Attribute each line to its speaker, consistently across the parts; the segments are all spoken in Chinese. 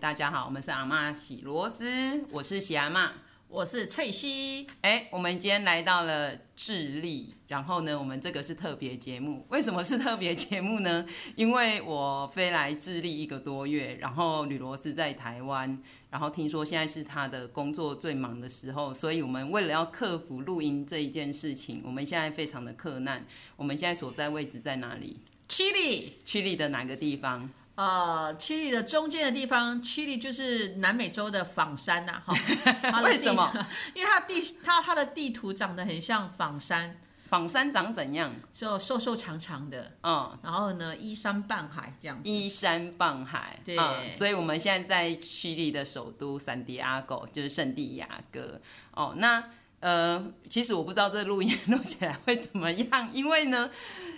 Speaker 1: 大家好，我们是阿嬷喜螺丝，我是喜阿嬷。
Speaker 2: 我是翠西，
Speaker 1: 哎，我们今天来到了智利，然后呢，我们这个是特别节目。为什么是特别节目呢？ 因为我飞来智利一个多月，然后吕罗斯在台湾，然后听说现在是他的工作最忙的时候，所以我们为了要克服录音这一件事情，我们现在非常的克难。我们现在所在位置在哪里？
Speaker 2: 七里，
Speaker 1: 智利的哪个地方？
Speaker 2: 呃，七里的中间的地方，七里就是南美洲的仿山呐、 哈它的
Speaker 1: 为
Speaker 2: 地
Speaker 1: 什么？
Speaker 2: 因为它地它它的地图长得很像仿山，
Speaker 1: 仿山长怎样？
Speaker 2: 就瘦瘦长长的，
Speaker 1: 嗯，
Speaker 2: 然后呢依山傍海这样子。
Speaker 1: 依山傍海，
Speaker 2: 对
Speaker 1: 嗯所以我们现在在智利的首都圣地亚哥，就是圣地亚哥。哦，那呃，其实我不知道这录音录起来会怎么样， 因为呢，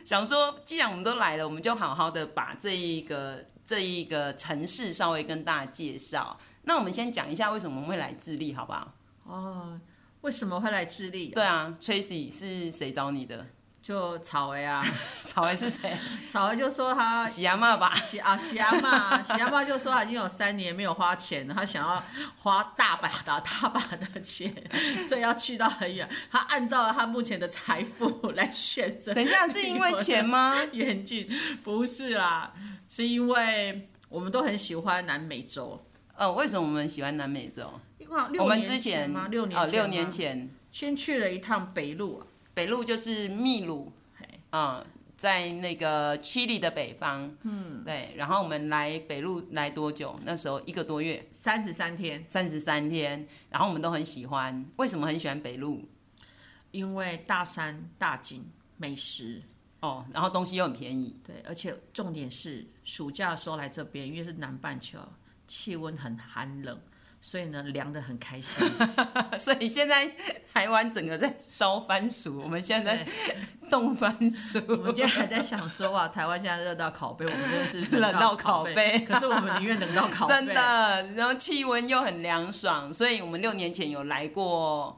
Speaker 1: 想说既然我们都来了，我们就好好的把这一个这一个城市稍微跟大家介绍。那我们先讲一下为什么我们会来智利，好不好？
Speaker 2: 哦，为什么会来智利、
Speaker 1: 对，啊，Tracy 是谁找你的？
Speaker 2: 就草儿啊，
Speaker 1: 草莓是 谁？
Speaker 2: 草儿就说他
Speaker 1: 喜阿妈吧？
Speaker 2: 喜啊喜阿 妈，喜阿妈就说他已经有三年没有花钱了，他想要花大把的 大把的钱，所以要去到很远。他按照了他目前的财富来选择。
Speaker 1: 等一下是因为钱吗？
Speaker 2: 远近不是啦，是因为我们都很喜欢南美洲。
Speaker 1: 呃，为什么我们喜欢南美洲？
Speaker 2: 因为啊
Speaker 1: 我
Speaker 2: 六
Speaker 1: 们
Speaker 2: 年
Speaker 1: 之前
Speaker 2: 吗？六年
Speaker 1: 哦，
Speaker 2: 前
Speaker 1: 六
Speaker 2: 吗
Speaker 1: 年前
Speaker 2: 先去了一趟北路，
Speaker 1: 北路就是秘鲁，嗯，在那个智利的北方，嗯，对。然后我们来北路来多久？那时候一个多月，
Speaker 2: 三十三天，
Speaker 1: 三十三天。然后我们都很喜欢，为什么很喜欢北路？
Speaker 2: 因为大山大景美食，
Speaker 1: 哦，然后东西又很便宜，
Speaker 2: 对，而且重点是暑假的时候来这边，因为是南半球，气温很寒冷，所以呢凉得很开心。
Speaker 1: 所以现在台湾整个在烧番薯，我们现在在 冻番薯。
Speaker 2: 我们今天还在想说，哇，台湾现在热到拷贝，我们真的是
Speaker 1: 冷到
Speaker 2: 拷
Speaker 1: 拷贝
Speaker 2: 可是我们宁愿冷到拷贝。
Speaker 1: 真的，然后气温又很凉爽，所以我们六年前有来过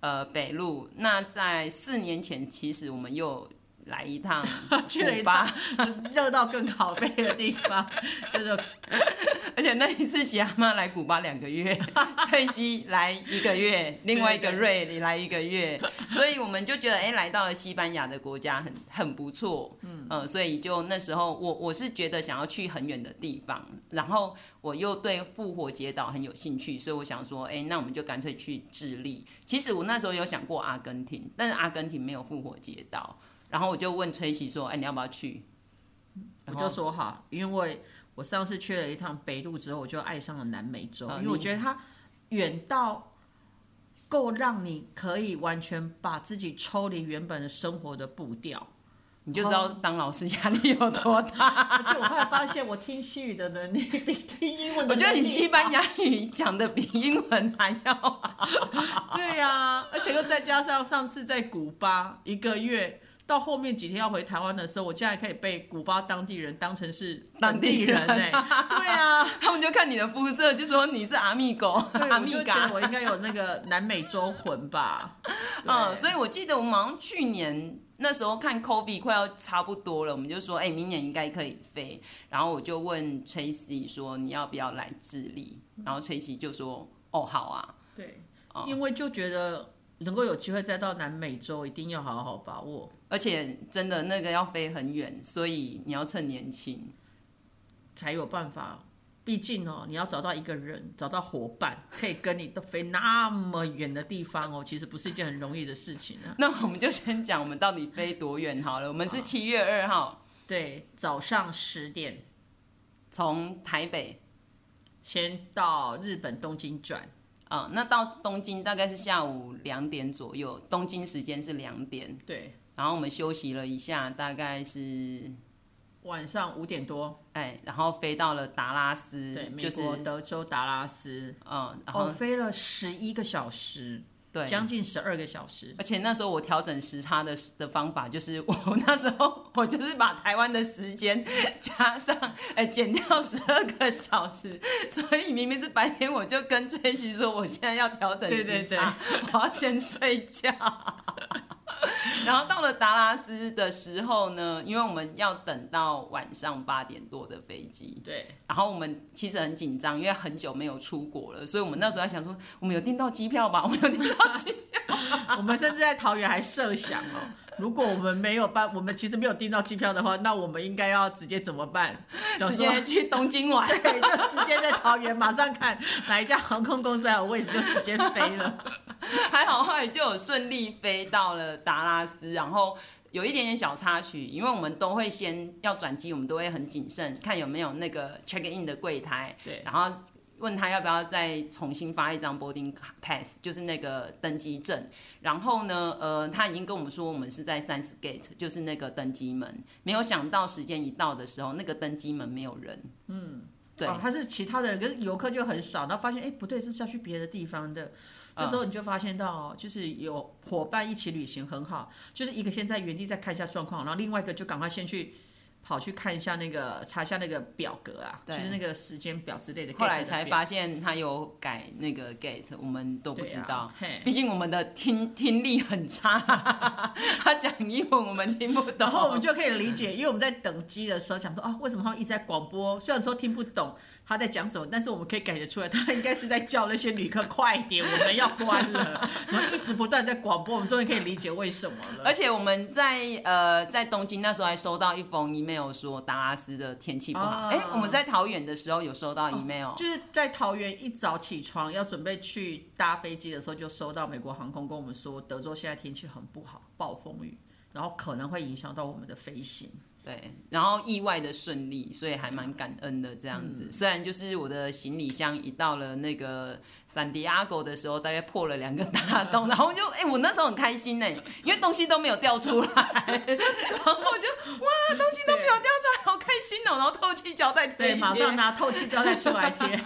Speaker 1: 呃北路。那在四年前，其实我们又来一趟
Speaker 2: 去了一
Speaker 1: 古巴，
Speaker 2: 热到更拷贝的地 方，就是
Speaker 1: 而且那一次喜阿妈来古巴两个月， 翠西来一个月，另外一个瑞里来一个月，所以我们就觉得哎、诶来到了西班牙的国家很很不错，嗯、呃，所以就那时候我我是觉得想要去很远的地方，然后我又对复活节岛很有兴趣，所以我想说，哎、那我们就干脆去智利。其实我那时候有想过阿根廷，但是阿根廷没有复活节岛，然后我就问崔西说，哎、你要不要去？
Speaker 2: 我
Speaker 1: 然后
Speaker 2: 就说哈，因为我上次去了一趟北路之后，我就爱上了南美洲，
Speaker 1: 啊
Speaker 2: 因为我觉得它远到够让你可以完全把自己抽离原本的生活的步调。
Speaker 1: 你就知道当老师压力有多大。
Speaker 2: 而且我后来发现，我听西语的能力比听英文的
Speaker 1: 我觉得你
Speaker 2: 能力
Speaker 1: 西班牙语讲的比英文还要好，
Speaker 2: 对呀、而且又再加上上次在古巴一个月，到后面几天要回台湾的时候，我竟然可以被古巴当地人当成是
Speaker 1: 当地人
Speaker 2: 本地人哎、对啊，
Speaker 1: 他们就看你的肤色，就说你是阿密狗、
Speaker 2: 对
Speaker 1: 阿
Speaker 2: 我
Speaker 1: 密
Speaker 2: 就觉
Speaker 1: 嘎
Speaker 2: 得。我应该有那个南美洲魂吧。
Speaker 1: 嗯，
Speaker 2: 以
Speaker 1: 所以我记得我们好像去年那时候看 Kobe 快要差不多了，我们就说，哎、明年应该可以飞。然后我就问 Tracy 说，你要不要来智利？然后 Tracy 就说，哦，好啊。
Speaker 2: 对，因为就觉得能够有机会再到南美洲，一定要好好把握。
Speaker 1: 而且真的那个要飞很远，所以你要趁年轻。
Speaker 2: 才有办法。毕竟哦，你要找到一个人，找到伙伴，可以跟你都飞那么远的地方哦，其实不是一件很容易的事情啊。
Speaker 1: 那我们就先讲我们到底飞多远好了。我们是七月二号
Speaker 2: 对，早上十点
Speaker 1: 从台北
Speaker 2: 先到日本东京转，
Speaker 1: 啊、那到东京大概是下午两点左右，东京时间是两点，
Speaker 2: 对，
Speaker 1: 然后我们休息了一下，大概是
Speaker 2: 晚上五点多，
Speaker 1: 哎，然后飞到了达拉斯
Speaker 2: 对，，美
Speaker 1: 就是
Speaker 2: 国德州达拉斯，
Speaker 1: 嗯，然后、
Speaker 2: 嗯哦，飞了十一个小时，
Speaker 1: 对，
Speaker 2: 将近十二个小时，
Speaker 1: 而且那时候我调整时差的的方法就是，我那时候我就是把台湾的时间 加上，哎、减掉十二个小时，所以明明是白天，我就跟翠西说，我现在要调整时差，
Speaker 2: 对对对
Speaker 1: 我要先睡觉。 然后到了达拉斯的时候呢，因为我们要等到晚上八点多的飞机，
Speaker 2: 对，
Speaker 1: 然后我们其实很紧张，因为很久没有出国了，所以我们那时候在想说，我们有订到机票吧？我们有订到机
Speaker 2: 我们甚至在桃园还设想 哦，如果我们没有办，我们其实没有订到机票的话，那我们应该要直接怎么办？
Speaker 1: 票，
Speaker 2: 想
Speaker 1: 直
Speaker 2: 说
Speaker 1: 接去东京玩。
Speaker 2: 对，就直接在桃园马上看哪一家航空公司还有位置，就直接 飞了。
Speaker 1: 还好后来就有顺利飞到了达拉斯，然后有一点点小插曲，因为我们都会先要转机，我们都会很谨慎，看有没有那个 check in 的柜台，
Speaker 2: 对，
Speaker 1: 然后问他要不要再重新发一张 boarding pass，就是那个登机证。然后呢，呃，他已经跟我们说我们是在 Science Gate，就是那个登机门。没有想到时间一到的时候，那个登机门没有人。嗯，对。
Speaker 2: 哦，他是其他的人，可是游客就很少，然后发现哎、诶不对，这是要去别的地方的。这
Speaker 1: 嗯
Speaker 2: 时候你就发现到哦，就是有伙伴一起旅行很好，就是一个先在原地再看一下状况，然后另外一个就赶快先去跑去看一下那个查一下那个表格啊，就
Speaker 1: 对
Speaker 2: 是那个时间表之类的。
Speaker 1: 后来才
Speaker 2: gate 的表
Speaker 1: 发现他有改那个 gate，我们都不知
Speaker 2: 对啊
Speaker 1: 道。
Speaker 2: 嘿
Speaker 1: 毕竟我们的听听力很差， 他讲英文我们听不懂。
Speaker 2: 然后我们就可以理解，因为我们在等机的时候想说啊，为什么他们一直在广播？虽然说听不懂他在讲什么，但是我们可以感觉出来，他应该是在叫那些旅客快点，我们要关了。然后一直不断在广播，我们终于可以理解为什么了。
Speaker 1: 而且我们在呃在东京那时候还收到一封 email 说达拉斯的天气不好。
Speaker 2: 哦
Speaker 1: 哎、我们在桃园的时候有收到 email，、
Speaker 2: 就是在桃园一早起床要准备去搭飞机的时候，就收到美国航空跟我们说，德州现在天气很不好，暴风雨，然后可能会影响到我们的飞行。
Speaker 1: 对，然后意外的顺利，所以还蛮感恩的这样
Speaker 2: 嗯
Speaker 1: 子。虽然就是我的行李箱一到了那个闪迪阿狗的时候，大概破了两个 大洞，然后我就哎、我那时候很开心呢、因为东西都没有掉出来， 然后我就哇，东西都没有掉出来，好开心哦、然后透气胶带
Speaker 2: 对，
Speaker 1: 对，
Speaker 2: 马上拿透气胶带出来贴。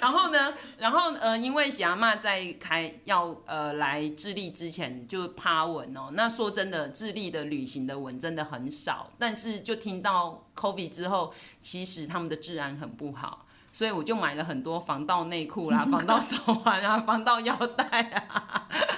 Speaker 1: 然后呢，然后呃，因为喜阿妈在开要呃来智利之前就趴文哦，那说真的，智利的旅行的文真的很少，但是就听到 COVID 之后，其实他们的治安很不好。所以我就买了很多防盗内裤 啦、防盗手环啊、 防盗腰带啊。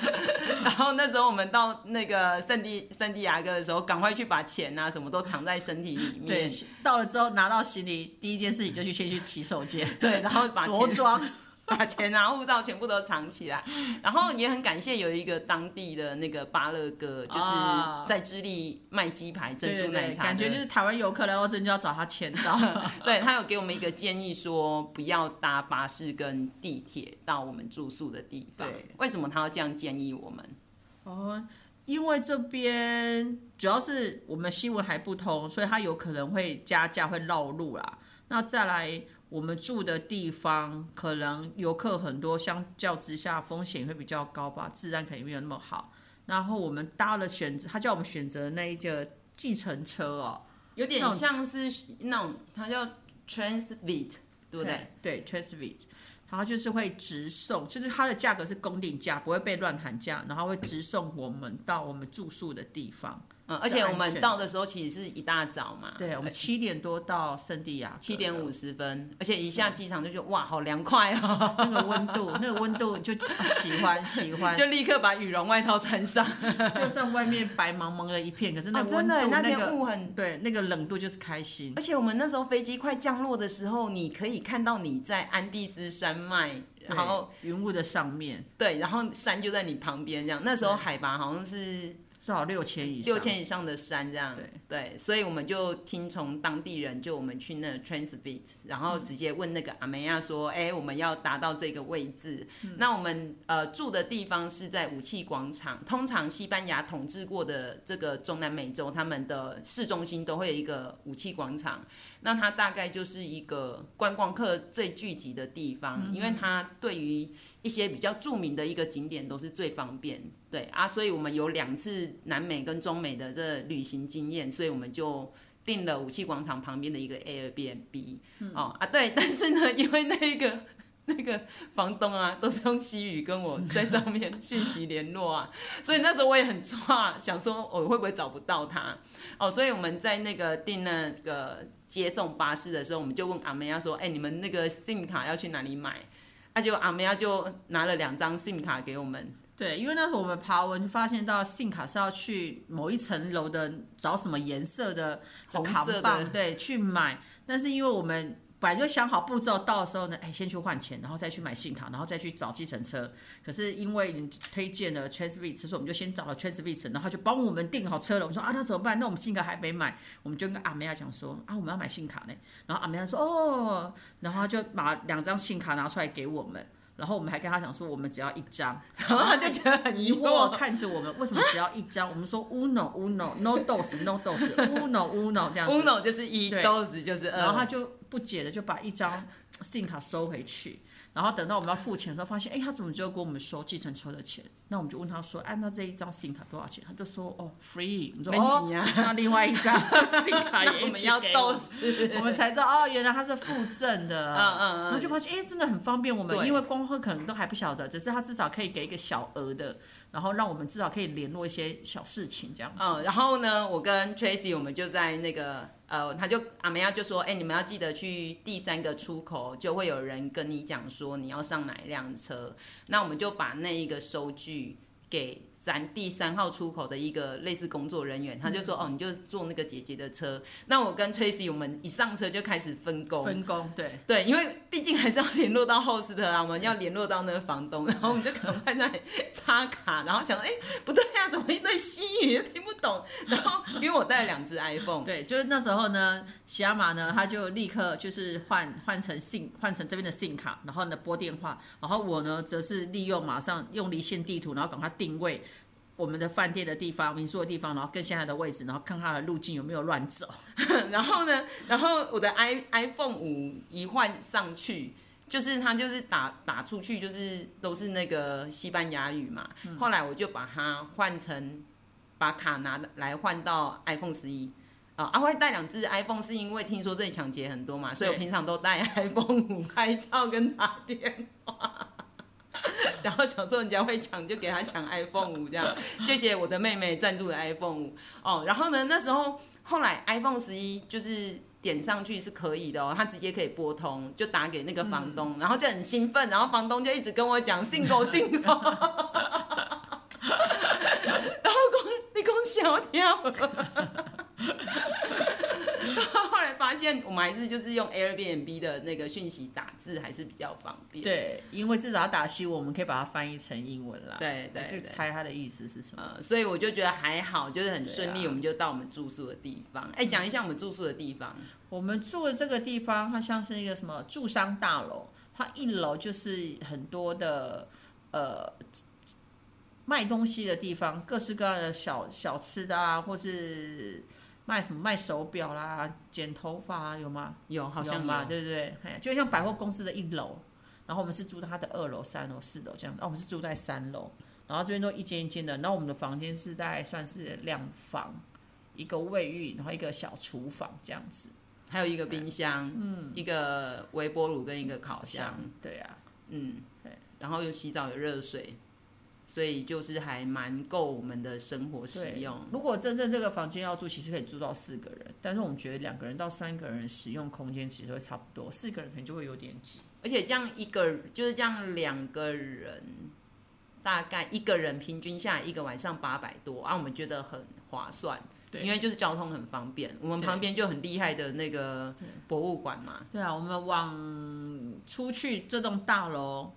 Speaker 1: 然后那时候我们到那个圣地圣地亚哥的时候，赶快去把钱啊什么都藏在身体里
Speaker 2: 对
Speaker 1: 面。，
Speaker 2: 到了之后拿到行李，第一件事情就去先去洗手间。
Speaker 1: 对，然后把钱
Speaker 2: 着装，
Speaker 1: 把钱啊、护照全部都藏起来，然后也很感谢有一个当地的那个巴勒哥，就是
Speaker 2: 啊
Speaker 1: 在智利卖鸡排、珍珠奶茶的，
Speaker 2: 感觉就是台湾游客来到这里就要找他签到。
Speaker 1: 对他有给我们一个建议说，不要搭巴士跟地铁到我们住宿的地方
Speaker 2: 对。
Speaker 1: 为什么他要这样建议我们？
Speaker 2: 哦，因为这边主要是我们新闻还不通，所以他有可能会加价会绕路啦。那再来。我们住的地方可能游客很多，相较之下风险会比较高吧，治安肯定没有那么好。然后我们搭了选择，他叫我们选择那一个计程车哦，
Speaker 1: 有
Speaker 2: 那
Speaker 1: 点
Speaker 2: 种
Speaker 1: 像是那种，它叫 transit，对不对？
Speaker 2: 对 t r a n s v i t 然后就是会直送，就是它的价格是公定价，不会被乱喊价，然后会直送我们到我们住宿的地方。
Speaker 1: 嗯，而且我
Speaker 2: 是安
Speaker 1: 们
Speaker 2: 全
Speaker 1: 到的时候其实是一大早嘛，
Speaker 2: 对，我们七点多到圣地亚，
Speaker 1: 七点五，十分，而且一下机场就觉得哇，好凉快哦。
Speaker 2: 那个温度，那个温度就、啊喜欢喜 欢，
Speaker 1: 就立刻把羽绒外套穿上。
Speaker 2: 就算外面白茫茫的一片，可是那
Speaker 1: 哦
Speaker 2: 个温
Speaker 1: 真
Speaker 2: 度、
Speaker 1: 的耶，那
Speaker 2: 那
Speaker 1: 天
Speaker 2: 个
Speaker 1: 雾很。
Speaker 2: 对那个冷度就是开心。
Speaker 1: 而且我们那时候飞机快降落的时候，你可以看到你在安第斯山脉，
Speaker 2: 对
Speaker 1: 然后
Speaker 2: 云雾的上面
Speaker 1: 对，然后山就在你旁边这样。那时候
Speaker 2: 对
Speaker 1: 海拔好像是
Speaker 2: 至少六千以上，
Speaker 1: 六千以上的山这样。
Speaker 2: 对
Speaker 1: 所以我们就听从当地人，就我们去那 Transbit，然后
Speaker 2: 嗯
Speaker 1: 直接问那个阿梅亚说：“哎、我们要达到这个位置。
Speaker 2: 嗯
Speaker 1: 那我们呃住的地方是在武器广场。通常西班牙统治过的这个中南美洲，他们的市中心都会有一个武器广场。那它大概就是一个观光客最聚集的地方，
Speaker 2: 嗯
Speaker 1: 因为它对于一些比较著名的一个景点都是最方便。对啊，所以我们有两次南美跟中美的这旅行经验，所以我们就订了武器广场旁边的一个 Airbnb、哦啊，对，但是呢，因为那个。那个房东啊，都是用西语跟我在上面讯息联络啊， 所以那时候我也很抓，想说我会不会找不到他哦，所以我们在那个订那个接送巴士的时候，我们就问阿梅亚说，哎、你们那个 SIM 卡要去哪里买？啊，结果阿梅亚就拿了两张 SIM 卡给我们，
Speaker 2: 对，因为那时候我们爬文就发现到信卡是要去某一层楼的找什么颜色的
Speaker 1: 红
Speaker 2: 扛
Speaker 1: 色的
Speaker 2: 棒，对，去买。但是因为我们本来就想好步骤，到的时候呢，哎，先去换钱，然后再去买信卡，然后再去找计程车。可是因为你推荐了 Transvit，所以我们就先找了 Transvit，然后就帮我们订好车了。我们说啊，那怎么办？那我们信卡还没买，我们就跟阿梅亚讲说啊，我们要买信卡呢。然后阿梅亚说哦，然后他就把两张信卡拿出来给我们。然后我们还跟他讲说，我们只要一张，
Speaker 1: 然后他就觉得很疑
Speaker 2: 疑惑
Speaker 1: 惑，
Speaker 2: 看着我们，为什么只要一张？我们说 uno uno no dos no dos uno uno 这样子
Speaker 1: uno 就是一
Speaker 2: 对
Speaker 1: ，dos 就是
Speaker 2: 然后他
Speaker 1: 二，
Speaker 2: 就不解的就把一张 SIM 卡收回去，然后等到我们要付钱的时候，发现哎，他怎么就跟我们收计程车的钱？那我们就问他说，哎、那这一张 SIM 卡多少钱？他就说哦 free，我们说
Speaker 1: 没
Speaker 2: 哦
Speaker 1: 钱啊，
Speaker 2: 那另外一 张 SIM
Speaker 1: 那
Speaker 2: 卡也
Speaker 1: 我
Speaker 2: 一
Speaker 1: 们
Speaker 2: 起
Speaker 1: 要
Speaker 2: 给我
Speaker 1: dos，
Speaker 2: 我们才知道哦，原来它是附赠的，
Speaker 1: 嗯嗯嗯
Speaker 2: 然后就发现哎、真的很方便我们，
Speaker 1: 对
Speaker 2: 因为光喝可能都还不晓得，只是它至少可以给一个小额的，然后让我们至少可以联络一些小事情这样子。
Speaker 1: 嗯，然后呢，我跟 Tracy 我们就在那个呃，他就阿梅亚就说，哎、你们要记得去第三个出口，就会有人跟你讲说你要上哪一辆车。那我们就把那一个收据给咱第三号出口的一个类似工作人员，他就说，哦，你就坐那个姐姐的车。那我跟 Tracy 我们一上车就开始分工，
Speaker 2: 分工对，
Speaker 1: 对，因为毕竟还是要联络到 host 啊，我们要联络到那个房东，然后我们就赶快在那里插卡，然后想，哎、不对呀、啊，怎么一堆西语都听不懂？然后因为我带了两只 iPhone，
Speaker 2: 对，就是那时候呢，喜亚玛呢，他就立刻就是换换成信，换成这边的信卡，然后呢拨电话，然后我呢则是利用马上用离线地图，然后赶快定位我们的饭店的地方、民宿的地方，然后跟现在的位置，然后看它的路径有没有乱走。
Speaker 1: 然后呢，然后我的 i iPhone 五一换上去，就是它就是打打出去就是都是那个西班牙语嘛，后来我就把它换成把卡拿来换到 iPhone 十一。啊，阿辉带两只 iPhone 是因为听说这里抢劫很多嘛，所以我
Speaker 2: 对
Speaker 1: 平常都带 iPhone 五拍照跟打电话，然后想说人家会抢就给他抢 iPhone 五这样。谢谢我的妹妹赞助的 iPhone 五哦，然后呢，那时候后来 iPhone 十一就是点上去是可以的哦，它直接可以拨通，就打给那个房东，然后就很兴奋，然后房东就一直跟我讲信狗信狗， 然后讲你讲小跳。 后来发现，我们还是就是用 Airbnb 的那个讯息打字还是比较方便。
Speaker 2: 对，因为至少要打西文，我们可以把它翻译成英文啦。
Speaker 1: 对对
Speaker 2: 就
Speaker 1: 对
Speaker 2: 猜它的意思是什么。
Speaker 1: 呃，所以我就觉得还好，就是很顺利，
Speaker 2: 对啊嗯
Speaker 1: 我们就到我们住宿的地方。哎、讲一下我们住宿的地方，
Speaker 2: 我们住的这个地方，它像是一个什么住商大楼，它一楼就是很多的呃卖东西的地方，各式各样的小小吃的啊，或是卖什么卖手表啦、剪头发啊，有吗？
Speaker 1: 有好
Speaker 2: 有
Speaker 1: 像
Speaker 2: 嘛，
Speaker 1: 有
Speaker 2: 对不对？嘿就像百货公司的一楼，然后我们是住在它的二楼、三楼、四楼这样，哦，我们是住在三楼，然后这边都一间一间的，然后我们的房间是在算是两房，一个卫浴，然后一个小厨房这样子。
Speaker 1: 还有一个冰箱，嗯，一个微波炉跟一个烤箱，
Speaker 2: 对啊，
Speaker 1: 嗯，然后又洗澡有热水，所以就是还蛮够我们的生活使
Speaker 2: 对
Speaker 1: 用。
Speaker 2: 如果真正这个房间要住，其实可以住到四个人，但是我们觉得两个人到三个人使用空间其实会差不多，四个人可能就会有点挤。
Speaker 1: 而且这样一个就是这样两个人，大概一个人平均下来一个晚上八百多，啊，我们觉得很划算。
Speaker 2: 对
Speaker 1: 因为就是交通很方便，我们
Speaker 2: 对
Speaker 1: 旁边就很厉害的那个博物馆嘛，
Speaker 2: 对啊，我们往出去这栋大楼，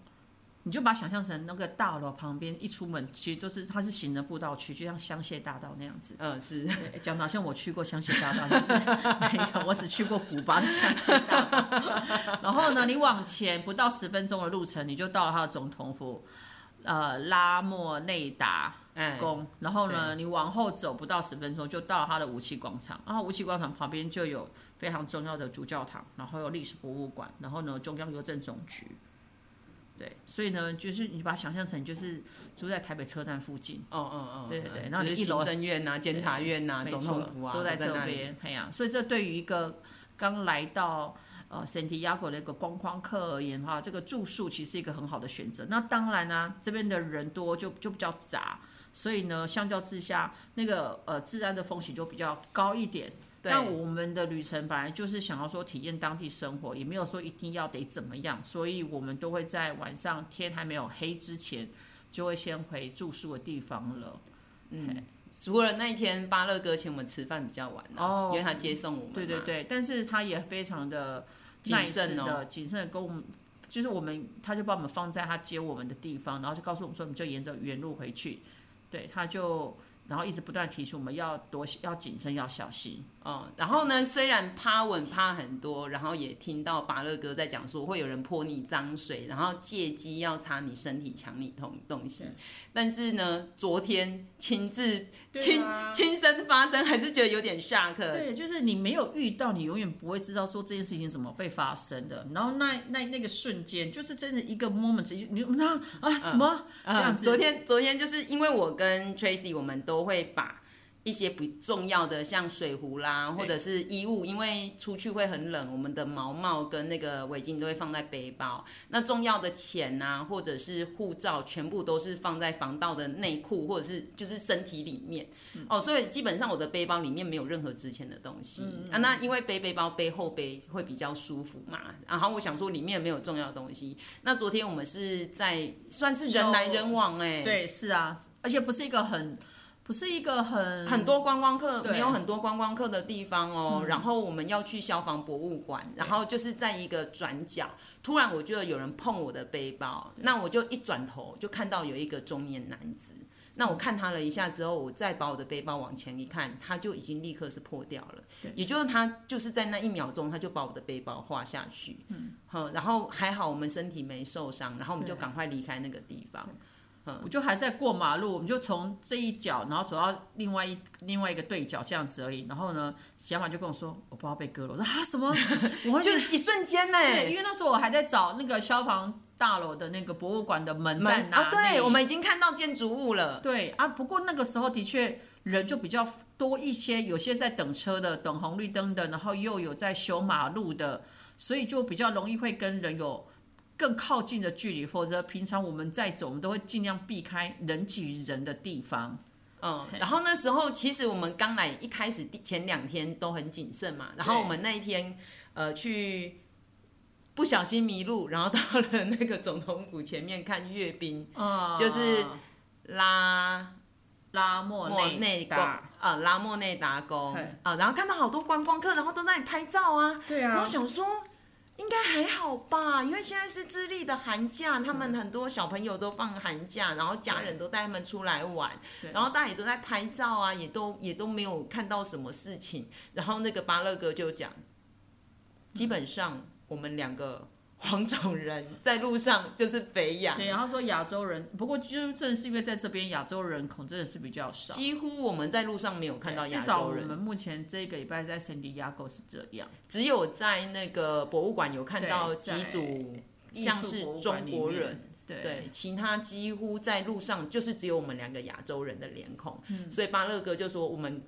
Speaker 2: 你就把它想象成那个大楼旁边一出门，其实就是它是行人步道区，就像香榭大道那样子。
Speaker 1: 嗯，是，
Speaker 2: 对讲的好像我去过香榭大道，其实 没有，我只去过古巴的香榭大道。 然后呢，你往前不到十分钟的路程，你就到了它的总统府，呃，拉莫内达。
Speaker 1: 哎，
Speaker 2: 宫，然后呢，你往后走不到十分钟就到了它的武器广场，然后武器广场旁边就有非常重要的主教堂，然后有历史博物馆，然后呢中央邮政总局，对，所以呢就是你把它想象成就是住在台北车站附近，
Speaker 1: 哦哦哦，
Speaker 2: 对对对
Speaker 1: 嗯
Speaker 2: 然后
Speaker 1: 就
Speaker 2: 你
Speaker 1: 是
Speaker 2: 一楼
Speaker 1: 行政院呐、检察院呐、
Speaker 2: 没
Speaker 1: 总
Speaker 2: 错
Speaker 1: 统府啊，
Speaker 2: 都
Speaker 1: 在
Speaker 2: 在这
Speaker 1: 那里。
Speaker 2: 边，哎呀、所以这对于一个刚来到。呃，圣地亚哥的一个观光客而言的话，这个住宿其实是一个很好的选择。那当然呢、这边的人多就就比较杂，所以呢，相较之下，那个呃治安的风险就比较高一点。
Speaker 1: 对
Speaker 2: 那我们的旅程本来就是想要说体验当地生活，也没有说一定要得怎么样，所以我们都会在晚上天还没有黑之前，就会先回住宿的地方了。
Speaker 1: 嗯，除了那一天巴勒哥请我们吃饭比较晚啊、
Speaker 2: 哦
Speaker 1: 因为他接送我们、
Speaker 2: 对对，对，但是他也非常的
Speaker 1: 谨
Speaker 2: nice
Speaker 1: 慎哦
Speaker 2: 的、谨慎的跟我们，就是我们，他就把我们放在他接我们的地方，然后就告诉我们说，我们就沿着原路回去。对，他就然后一直不断地提醒我们要多要谨慎，要小心。
Speaker 1: 哦，然后呢，虽然趴稳趴很多，然后也听到巴勒哥在讲说会有人泼你脏水，然后借机要擦你身体、抢你东东西，但是呢，昨天亲自亲、亲身发生，还是觉得有点 shock。
Speaker 2: 啊对，就是你没有遇到，你永远不会知道说这件事情怎么被发生的。然后那那那个瞬间，就是真的一个 moment，你就那啊什么、这样
Speaker 1: 嗯，
Speaker 2: 子，
Speaker 1: 昨天昨天就是因为我跟 Tracy 我们都会把一些不重要的，像水壶啦，
Speaker 2: 对
Speaker 1: 或者是衣物，因为出去会很冷，我们的毛帽跟那个围巾都会放在背包。那重要的钱呐、或者是护照，全部都是放在防盗的内裤或者是就是身体里面。哦，所以基本上我的背包里面没有任何值钱的东西、啊。那因为背背包背后背会比较舒服嘛，然后我想说里面没有重要的东西。那昨天我们是在算是人来人往哎、
Speaker 2: 对，是啊，而且不是一个很，不是一个很
Speaker 1: 很多观光客
Speaker 2: 对
Speaker 1: 没有很多观光客的地方哦，然后我们要去消防博物馆，然后就是在一个转角，突然我觉得有人碰我的背包，那我就一转头就看到有一个中年男子，那我看他了一下之后，我再把我的背包往前一看，他就已经立刻是破掉了，也就是他就是在那一秒钟他就把我的背包划下去，嗯，好，然后还好我们身体没受伤，然后我们就赶快离开那个地方，
Speaker 2: 我就还在过马路，我们就从这一角，然后走到另外一另外一个对角这样子而已。然后呢，小马就跟我说，我不知道被割了。我说啊什么？ 我完
Speaker 1: 就
Speaker 2: 全
Speaker 1: 一瞬间呢、
Speaker 2: 对，因为那时候我还在找那个消防大楼的那个博物馆的门在
Speaker 1: 门
Speaker 2: 哪里。
Speaker 1: 啊，对，我们已经看到建筑物了。
Speaker 2: 对啊，不过那个时候的确人就比较多一些，有些在等车的，等红绿灯的，然后又有在修马路的，所以就比较容易会跟人有更靠近的距离。否则平常我们在走，我们都会尽量避开人挤人的地方。
Speaker 1: 嗯
Speaker 2: 嘿，
Speaker 1: 然后那时候其实我们刚来一开始第前两天都很谨慎嘛，然后我们那一天呃去不小心迷路，然后到了那个总统府前面看阅兵
Speaker 2: 啊
Speaker 1: 就是拉
Speaker 2: 拉莫
Speaker 1: 莫
Speaker 2: 内
Speaker 1: 内沟
Speaker 2: 达，
Speaker 1: 啊拉莫内达沟
Speaker 2: 嘿
Speaker 1: 啊，然后看到好多观光客，然后都在那里拍照啊，
Speaker 2: 对
Speaker 1: 然后想说。应该还好吧，因为现在是智利的寒假，他们很多小朋友都放寒假，然后家人都带他们出来玩，
Speaker 2: 对
Speaker 1: 然后大家也都在拍照啊，也都也都没有看到什么事情。然后那个巴勒哥就讲，基本上我们两个黄种人在路上就是肥羊，
Speaker 2: 对，然后说亚洲人，不过就是正是因为在这边亚洲人口真的是比较少，
Speaker 1: 几乎我们在路上没有看到
Speaker 2: 至
Speaker 1: 亚
Speaker 2: 少
Speaker 1: 洲
Speaker 2: 我
Speaker 1: 人，
Speaker 2: 们目前这个礼拜在圣地亚哥是这样。
Speaker 1: 只有在那个博物馆有看到
Speaker 2: 对
Speaker 1: 几
Speaker 2: 在
Speaker 1: 组
Speaker 2: 艺术
Speaker 1: 像是
Speaker 2: 博物
Speaker 1: 中
Speaker 2: 馆里
Speaker 1: 国
Speaker 2: 面
Speaker 1: 人。
Speaker 2: 对
Speaker 1: 对，其他几乎在路上就是只有我们两个亚洲人的脸孔，所以巴勒哥就说我们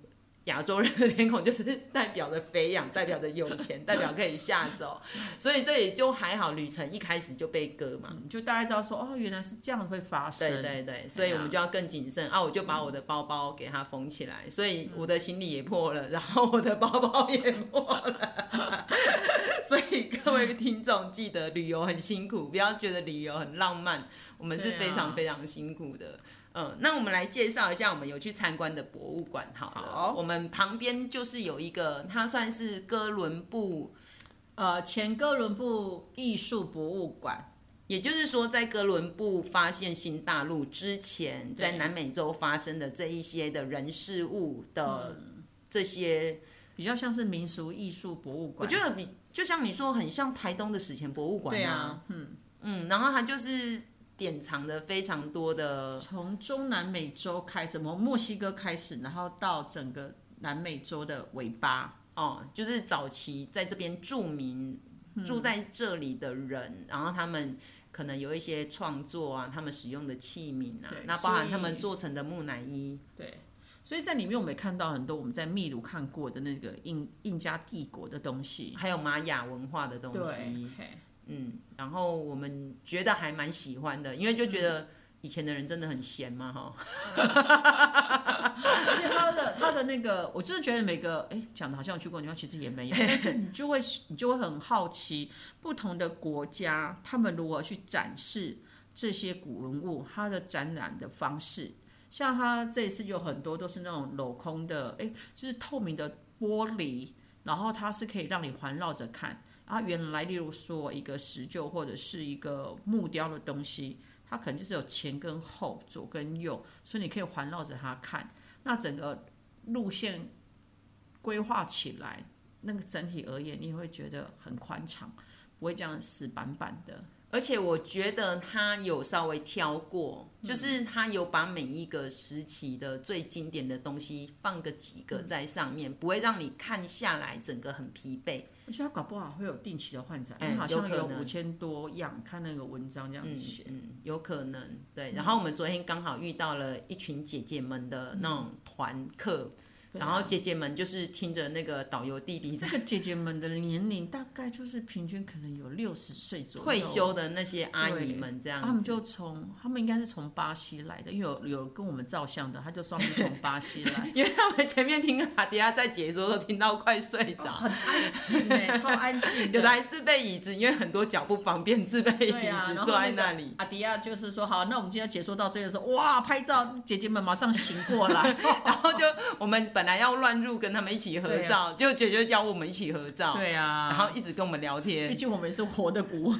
Speaker 1: 亚洲人的脸孔就是代表着肥养， 代表着有钱，代表可以下手，所以这也就还好，旅程一开始就被割嘛。
Speaker 2: 嗯，就大家知道说哦，原来是这样会发生。哎
Speaker 1: 对对对，所以我们就要更谨慎啊！我就把我的包包给它封起来，所以我的行李也破
Speaker 2: 嗯
Speaker 1: 了，然后我的包包也破了。 所以各位听众记得旅游很辛苦，不要觉得旅游很浪漫，我们是
Speaker 2: 对啊
Speaker 1: 非常非常辛苦的。嗯，那我们来介绍一下我们有去参观的博物馆好了。
Speaker 2: 好
Speaker 1: 我们旁边就是有一个，它算是哥伦布，
Speaker 2: 呃，前哥伦布艺术博物馆，
Speaker 1: 也就是说，在哥伦布发现新大陆之前，
Speaker 2: 对
Speaker 1: 在南美洲发生的这一些的人事物的这些，
Speaker 2: 比较像是民俗艺术博物
Speaker 1: 我
Speaker 2: 馆。
Speaker 1: 觉得比就像你说，很像台东的史前博物馆
Speaker 2: 对啊，嗯，
Speaker 1: 嗯，然后它就是典藏的非常多的，
Speaker 2: 从中南美洲开始，从墨西哥开始，然后到整个南美洲的尾巴。
Speaker 1: 哦，就是早期在这边住民
Speaker 2: 嗯
Speaker 1: 住在这里的人，然后他们可能有一些创作啊，他们使用的器皿啊
Speaker 2: 对，
Speaker 1: 那包含他
Speaker 2: 所
Speaker 1: 们
Speaker 2: 以
Speaker 1: 做成的木乃伊，
Speaker 2: 对，所以在里面我们也看到很多我们在秘鲁看过的那个印印加帝国的东西。
Speaker 1: 还有玛雅文化的东西，
Speaker 2: 嘿
Speaker 1: 嗯，然后我们觉得还蛮喜欢的，因为就觉得以前的人真的很闲嘛，哈，
Speaker 2: 而且它的它的那个，我真的觉得每个哎讲的好像我去过的地方，其实也没有，但是你就会你就会很好奇，不同的国家他们如何去展示这些古文物它的展览的方式。像它这一次有很多都是那种镂空的，哎，就是透明的玻璃，然后它是可以让你环绕着看。啊，原来例如说一个石臼或者是一个木雕的东西，它可能就是有前跟后、左跟右，所以你可以环绕着它看。那整个路线规划起来，那个整体而言，你会觉得很宽敞，不会这样死板板的。
Speaker 1: 而且我觉得他有稍微挑过，
Speaker 2: 嗯
Speaker 1: 就是他有把每一个时期的最经典的东西放个几个
Speaker 2: 嗯
Speaker 1: 在上面，不会让你看下来整个很疲惫。
Speaker 2: 而且它搞不好会有定期的换展，因
Speaker 1: 哎
Speaker 2: 为好像
Speaker 1: 有可能
Speaker 2: 五千多样，看那个文章这样嗯
Speaker 1: 嗯
Speaker 2: 写。
Speaker 1: 嗯，有可能对。然后我们昨天刚好遇到了一群姐姐们的那种团课，
Speaker 2: 嗯对
Speaker 1: 然
Speaker 2: 啊
Speaker 1: 后姐姐们就是听着那个导游弟弟
Speaker 2: 这
Speaker 1: 在
Speaker 2: 个姐姐们的年龄大概就是平均可能有六十岁左右，
Speaker 1: 退休的那些阿
Speaker 2: 哦对啊
Speaker 1: 姨们这样子，，
Speaker 2: 他们就从他们应该是从巴西来的，因为有有跟我们照相的，他就说他们是从巴西 来
Speaker 1: 因为他们前面听卡迪亚在解说都听到快睡着，
Speaker 2: 很安静
Speaker 1: 欸
Speaker 2: 哎，超安静
Speaker 1: 有的还自备椅子，因为很多脚不方便，自备椅
Speaker 2: 对啊，
Speaker 1: 子
Speaker 2: 然后
Speaker 1: 坐在
Speaker 2: 那
Speaker 1: 那
Speaker 2: 个
Speaker 1: 里。
Speaker 2: 阿迪亚就是说，好，那我们今天解说到这里的时候，哇，拍照，姐姐们马上醒过来，
Speaker 1: 然后就我们本来要乱入跟他们一起合
Speaker 2: 对啊
Speaker 1: 照，就姐姐邀我们一起合照，
Speaker 2: 对啊，
Speaker 1: 然后嗯一直跟我们聊
Speaker 2: 毕
Speaker 1: 天，
Speaker 2: 竟我们也是活的古物，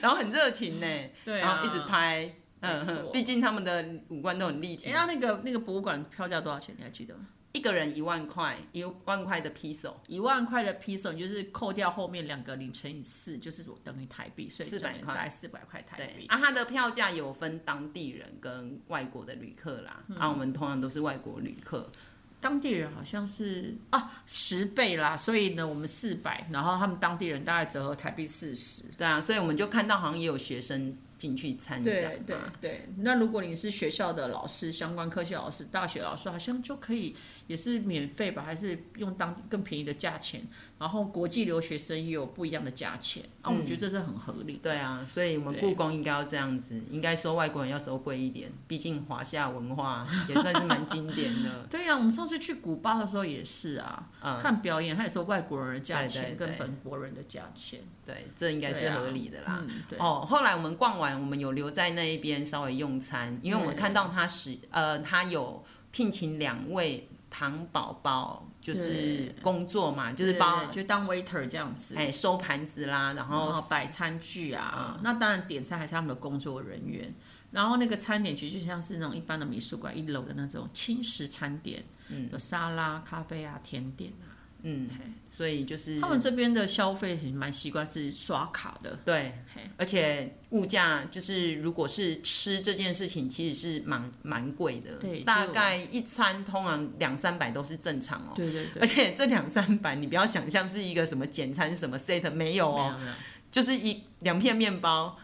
Speaker 1: 然后很热情呢，
Speaker 2: 对啊
Speaker 1: 然后一直。拍，
Speaker 2: 没
Speaker 1: 嗯
Speaker 2: 错
Speaker 1: 哼，毕竟他们的五官都很立
Speaker 2: 哎，
Speaker 1: 体，
Speaker 2: 那那个那个博物馆票价多少钱？你还记得吗？
Speaker 1: 一个人一万块，一万块的披手，
Speaker 2: 一万块的披手，你就是扣掉后面两个零乘以四，就是等于台币，所以
Speaker 1: 400
Speaker 2: 这样也
Speaker 1: 块
Speaker 2: 大概四百块台
Speaker 1: 对
Speaker 2: 币，。
Speaker 1: 啊，它的票价有分当地人跟外国的旅客啦，
Speaker 2: 嗯
Speaker 1: 啊，我们通常都是外国旅客，
Speaker 2: 当地人好像是啊十倍啦，所以呢，我们四百，然后他们当地人大概折合台币四十。
Speaker 1: 对啊，所以我们就看到好像也有学生进去参展
Speaker 2: 对对
Speaker 1: 嘛，
Speaker 2: 对，那如果你是学校的老师，相关科学老师、大学老师，好像就可以也是免费吧，还是用当地更便宜的价钱，然后国际留学生也有不一样的价钱，啊，
Speaker 1: 嗯
Speaker 2: 我觉得这是很合理的。
Speaker 1: 对啊，所以我们
Speaker 2: 对。
Speaker 1: 故宫应该要这样子，应该收外国人要收贵一点，毕竟华夏文化也算是蛮经典的
Speaker 2: 对啊呀、我们上次去古巴的时候也是啊，
Speaker 1: 嗯，
Speaker 2: 看表演，他也说外国人的价
Speaker 1: 对对
Speaker 2: 钱跟
Speaker 1: 对
Speaker 2: 本国人的价钱，啊
Speaker 1: 对，这应该是合理的啦。
Speaker 2: 嗯，对，
Speaker 1: 哦，后来我们逛完，我们有留在那一边稍微用餐，因为我们
Speaker 2: 对
Speaker 1: 看到他是呃，他有聘请两位糖宝宝，就是
Speaker 2: 对
Speaker 1: 工作嘛，就是
Speaker 2: 对
Speaker 1: 帮
Speaker 2: 对就当 waiter 这样子，
Speaker 1: 哎收盘子啦，然
Speaker 2: 然
Speaker 1: 后
Speaker 2: 后摆餐具啊，那当然点餐还是他们的工作人员。然后那个餐点其实就像是那种一般的美术馆一楼的那种轻食餐点，嗯，有沙拉、咖啡啊、甜点啊。
Speaker 1: 嗯，所以就是
Speaker 2: 他们这边的消费很蛮习惯是刷卡的，
Speaker 1: 对
Speaker 2: 嘿，
Speaker 1: 而且物价就是，如果是吃这件事情，其实是蛮蛮贵的，
Speaker 2: 对
Speaker 1: 大
Speaker 2: 就
Speaker 1: 概一餐通常两三百都是正常哦。
Speaker 2: 对对对，
Speaker 1: 而且这两三百，你不要想象是一个什么简餐什么 set 没有
Speaker 2: 没
Speaker 1: 哦，
Speaker 2: 有没有，
Speaker 1: 就是一两片面包，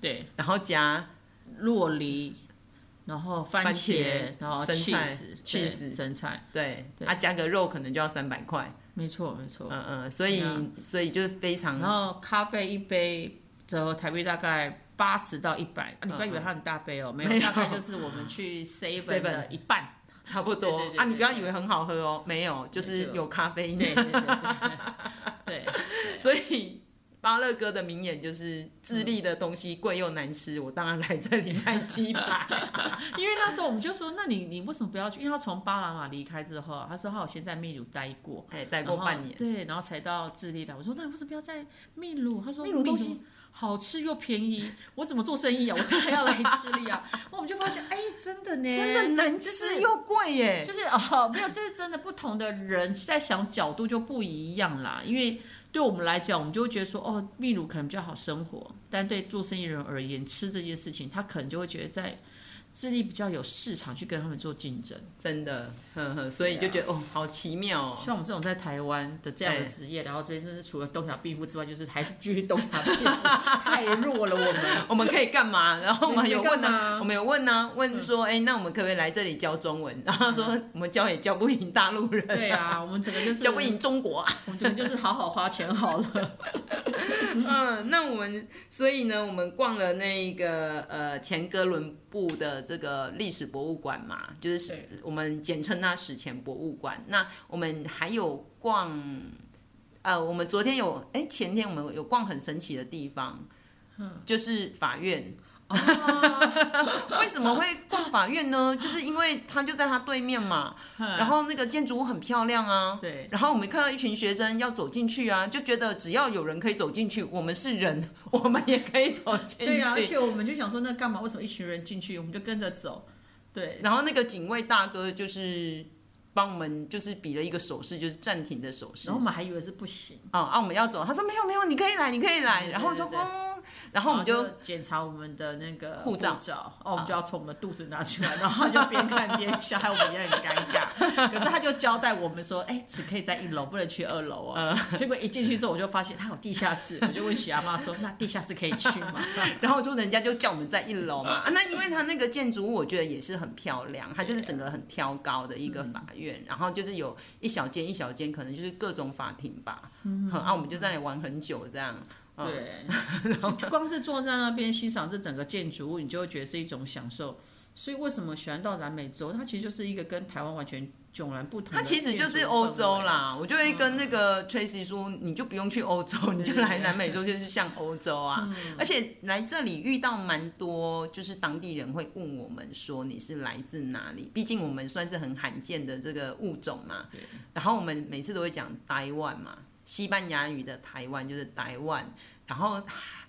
Speaker 2: 对，
Speaker 1: 然后加
Speaker 2: 洛梨，然后番
Speaker 1: 番茄
Speaker 2: 然后
Speaker 1: 生菜
Speaker 2: cheese
Speaker 1: 对
Speaker 2: cheese 生菜，
Speaker 1: 对，
Speaker 2: 对
Speaker 1: 啊加个肉可能就要三百块，
Speaker 2: 没错没错。
Speaker 1: 嗯嗯，所以、
Speaker 2: 对啊
Speaker 1: 所以就是非常
Speaker 2: 然后咖啡一杯折合台币大概八十到一百、啊，你不要以为它很大杯哦，没
Speaker 1: 没
Speaker 2: 有，
Speaker 1: 有
Speaker 2: 大概就是我们 去 seven 的一半。
Speaker 1: 差不多
Speaker 2: 对对对
Speaker 1: 啊，你
Speaker 2: 对
Speaker 1: 不要
Speaker 2: 对
Speaker 1: 以为很好喝哦，没有，就
Speaker 2: 没
Speaker 1: 是
Speaker 2: 错
Speaker 1: 有咖啡因，
Speaker 2: 对对对对对，
Speaker 1: 所以巴乐哥的名言就是：智利的东西贵又难吃，我当然来这里卖鸡 排。
Speaker 2: 对 因为那时候我们就说，那你你为什么不要去？因为他从巴拿马离开之后，他说他有先在秘鲁待过。
Speaker 1: 哎，待过半年
Speaker 2: 然，后对，然后才到智利来。我说那你为什么不要在秘鲁？他说
Speaker 1: 秘鲁东西
Speaker 2: 好吃又便宜，我怎么做生意啊？我当然要来智利啊！哇我们就发现，哎，真的呢，就是
Speaker 1: 又贵耶。
Speaker 2: 就是哦， 没有，就是真的不同的人在想角度就不一样啦。因为对我们来讲，我们就会觉得说，哦，秘鲁可能比较好生活，但对做生意人而言，吃这件事情，他可能就会觉得在智利比较有市场去跟他们做竞争。
Speaker 1: 真的，呵呵，所以就觉
Speaker 2: 啊
Speaker 1: 得、哦，好奇妙哦。
Speaker 2: 像我们这种在台湾的这样的
Speaker 1: 哎
Speaker 2: 职业，然后这边真是除了东小庇护之外，就是还是继续东小庇护，太弱了我们。
Speaker 1: 我们可以干嘛？然后我们有问
Speaker 2: 你可以干
Speaker 1: 呢、
Speaker 2: 嘛嗯
Speaker 1: 我们有问呢、问说，哎、那我们可不可以来这里教中文？然后他说我们教也教不赢大陆人，
Speaker 2: 对啊，我们整个就是
Speaker 1: 教不赢中国啊
Speaker 2: 我们整个就是好好花钱好了。
Speaker 1: 嗯，那我们所以呢，我们逛了那一个呃前哥伦布的这个历史博物馆嘛，就是史
Speaker 2: 对
Speaker 1: 我们简称它史前博物馆。那我们还有逛，呃，我们昨天有哎前天我们有逛很神奇的地方，就是法院。 为什么会逛法院呢？就是因为他就在他对面嘛，然后那个建筑物很漂亮啊。
Speaker 2: 对
Speaker 1: 然后我们看到一群学生要走进去啊，就觉得只要有人可以走进去，我们是人， 我们也可以走进
Speaker 2: 对 啊，而
Speaker 1: 去。
Speaker 2: 且我们就想说，那干嘛？为什么一群人进去，我们就跟着走？对，
Speaker 1: 然后那个警卫大哥就是帮我们就是比了一个手势，就是暂停的手势
Speaker 2: 然后。我们还以为是不行，
Speaker 1: 啊啊，我们要走，他说没有没有，你可以来，你可以来。
Speaker 2: 对对
Speaker 1: 然后我说
Speaker 2: 对对
Speaker 1: 哦，然后我们就
Speaker 2: 检查我们的那个
Speaker 1: 护照
Speaker 2: 哦，我们就要从我们的肚子拿出来， 然后他就边看边笑，害我们也很尴 尬。可是他就交代我们说，哎，只可以在一楼，不能去二楼哦。
Speaker 1: 嗯
Speaker 2: 结果一进去之后，我就发现他有地 下室，我就问喜阿妈说，那地下室可以去吗？
Speaker 1: 然后说人家就叫我们在一 楼嘛，啊，那因为它那个建筑物我觉得也是很漂亮，它就是整个很挑高的一个
Speaker 2: 嗯
Speaker 1: 法院，然后就是有一小间一小间，可能就是各种法庭吧，嗯，啊，我们就在那里玩很久这样，嗯，
Speaker 2: 对，就就光是坐在那边欣赏这整个建筑物，你就会觉得是一种享受。所以为什么喜欢到南美洲？它其实就是一个跟台湾完全迥然不同的
Speaker 1: 它其实就是
Speaker 2: 建筑氛围嗯
Speaker 1: 欧洲。啦，我就会跟那个 Tracy 说，你就不用去欧洲，你就来南美洲，就是像欧洲啊。
Speaker 2: 嗯
Speaker 1: 而且来这里遇到蛮多，就是当地人会问我们说你是来自哪里，毕竟我们算是很罕见的这个物种嘛
Speaker 2: 对。
Speaker 1: 然后我们每次都会讲台湾嘛，西班牙语的台湾就是台湾，然后。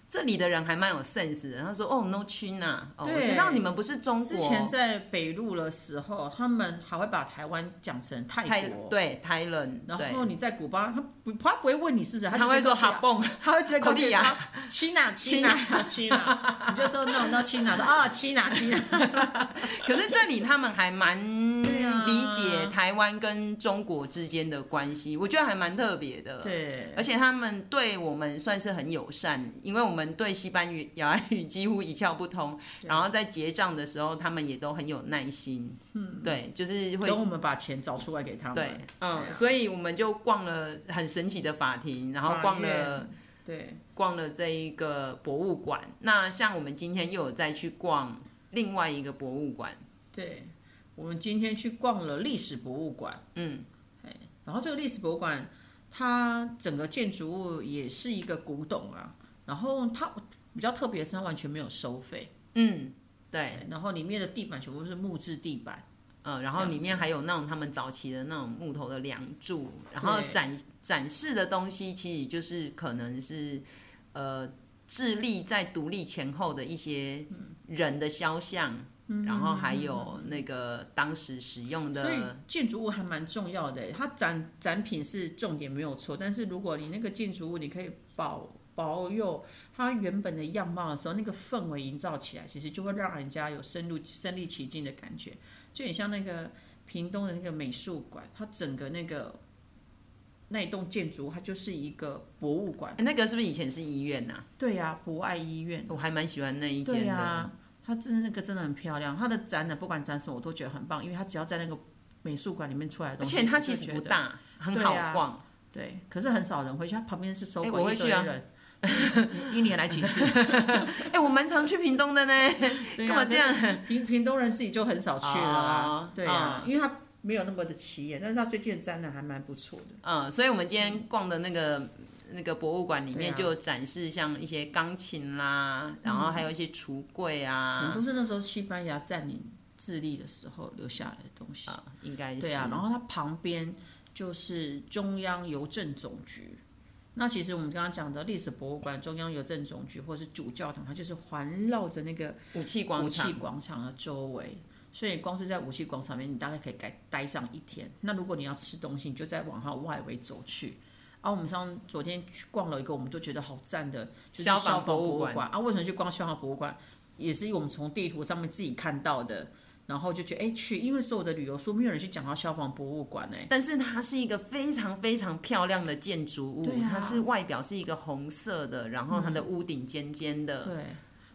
Speaker 1: 这里的人还蛮有 sense 的，他说：“哦，no China，哦，我
Speaker 2: 对
Speaker 1: 知道你们不是中国，
Speaker 2: 之前在北路的时候，他们还会把台湾讲成泰
Speaker 1: 泰
Speaker 2: 国。
Speaker 1: 对 Thailand，对
Speaker 2: 然，后你在古巴，他不他不会问你是谁，
Speaker 1: 他会说哈
Speaker 2: 不，
Speaker 1: 蹦，
Speaker 2: 啊 他会直接告诉你说
Speaker 1: 口
Speaker 2: ，China China China，你就说 no no China 的啊 China China，
Speaker 1: 可是这里他们还蛮
Speaker 2: 对啊
Speaker 1: 理解台湾跟中国之间的关系，我觉得还蛮特别的。
Speaker 2: 对，
Speaker 1: 而且他们对我们算是很友善，因为我们对西班语、雅语几乎一窍不通，然后在结账的时候，他们也都很有耐心。嗯，对，就是会
Speaker 2: 等我们把钱找出来给他们。
Speaker 1: 对，
Speaker 2: 对啊
Speaker 1: 嗯，所以我们就逛了很神奇的法庭，然后
Speaker 2: 法
Speaker 1: 逛
Speaker 2: 院
Speaker 1: 了。
Speaker 2: 对，
Speaker 1: 逛了这一个博物馆，那像我们今天又有再去逛另外一个博物馆，
Speaker 2: 对，我们今天去逛了历史博物馆，哎
Speaker 1: 嗯，
Speaker 2: 然后这个历史博物馆它整个建筑物也是一个古董啊，然后它比较特别的是它完全没有收费，哎
Speaker 1: 嗯，对，
Speaker 2: 然后里面的地板全部都是木质地板，
Speaker 1: 嗯，然后
Speaker 2: 这样
Speaker 1: 里面还有那种他们早期的那种木头的梁柱，然后
Speaker 2: 对
Speaker 1: 展展示的东西其实就是可能是呃智利在独立前后的一些
Speaker 2: 嗯
Speaker 1: 人的肖像，然后还有那个当时使用
Speaker 2: 所以
Speaker 1: 的，
Speaker 2: 建筑物还蛮重要的。它展展品是重点没有错，但是如果你那个建筑物你可以保保佑它原本的样貌的时候，那个氛围营造起来，其实就会让人家有深入身临其境的感觉，就很像那个屏东的那个美术馆，它整个那个那一栋建筑，它就是一个博物馆。
Speaker 1: 那个是不是以前是医院呐、
Speaker 2: 对呀、博爱医院。
Speaker 1: 我还蛮喜欢那一
Speaker 2: 对啊
Speaker 1: 间的。
Speaker 2: 呀、它真的那个真的很漂亮，它的展览不管展什么我都觉得很棒，因为它只要在那个美术馆里面出来的
Speaker 1: 而
Speaker 2: 东西，
Speaker 1: 且它
Speaker 2: 我就
Speaker 1: 其实
Speaker 2: 觉
Speaker 1: 不
Speaker 2: 得
Speaker 1: 大，很
Speaker 2: 对
Speaker 1: 好
Speaker 2: 啊
Speaker 1: 逛。
Speaker 2: 对，可是很少人会去，它旁边是收
Speaker 1: 哎我
Speaker 2: 鬼
Speaker 1: 会
Speaker 2: 一堆
Speaker 1: 去啊
Speaker 2: 人，一年来几次？
Speaker 1: 哎、我蛮常去屏东的呢，
Speaker 2: 对啊
Speaker 1: 干嘛这？样？
Speaker 2: 但是屏屏东人自己就很少去了啊
Speaker 1: 哦，
Speaker 2: 对啊，因为它没有那么的起眼，但是它最近的展览还蛮不错的。
Speaker 1: 嗯，所以我们今天逛的那个那个博物馆里面
Speaker 2: 对啊
Speaker 1: 就有展示像一些钢琴啦，然后还有一些橱柜
Speaker 2: 可能
Speaker 1: 啊，
Speaker 2: 都是那时候西班牙占领智利的时候留下来的东西。
Speaker 1: 啊，应该是
Speaker 2: 对啊，然后它旁边就是中央邮政总局。那其实我们刚刚讲的历史博物馆、中央邮政总局或者是主教堂，它就是环绕着那个
Speaker 1: 武器
Speaker 2: 武
Speaker 1: 广场
Speaker 2: 器。广场的周围，所以光是在武器广场里面，你大概可以待待上一天。那如果你要吃东西，你就再往它外围走去。啊，我们上昨天去逛了一个，我们就觉得好赞的，就是
Speaker 1: 消
Speaker 2: 消
Speaker 1: 防
Speaker 2: 防
Speaker 1: 博物
Speaker 2: 物
Speaker 1: 馆
Speaker 2: 啊，为什么去逛消防博物馆？也是因为我们从地图上面自己看到的，然后就觉得哎、去，因为所有的旅游书没有人去讲到消防博物馆哎、
Speaker 1: 但是它是一个非常非常漂亮的建筑物，
Speaker 2: 对啊
Speaker 1: 它是外表是一个红色的，然后它的屋顶尖尖的，
Speaker 2: 对，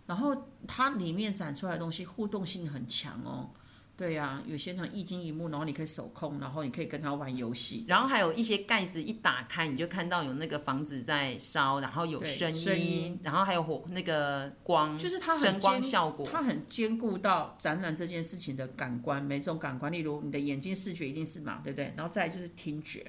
Speaker 2: 然后它里面展出来的东西互动性很强哦。对呀、有些那种一惊一幕，然后你可以手控，然后你可以跟他玩游戏。
Speaker 1: 然后还有一些盖子一打开，你就看到有那个房子在烧，然后有
Speaker 2: 对
Speaker 1: 声音，
Speaker 2: 声音
Speaker 1: 然后还有火那个光，
Speaker 2: 就是它很
Speaker 1: 声光
Speaker 2: 兼，
Speaker 1: 效果。
Speaker 2: 它很兼顾到展览这件事情的感官，每种感官，例如你的眼睛视觉一定是嘛，对不对？然后再来就是听觉，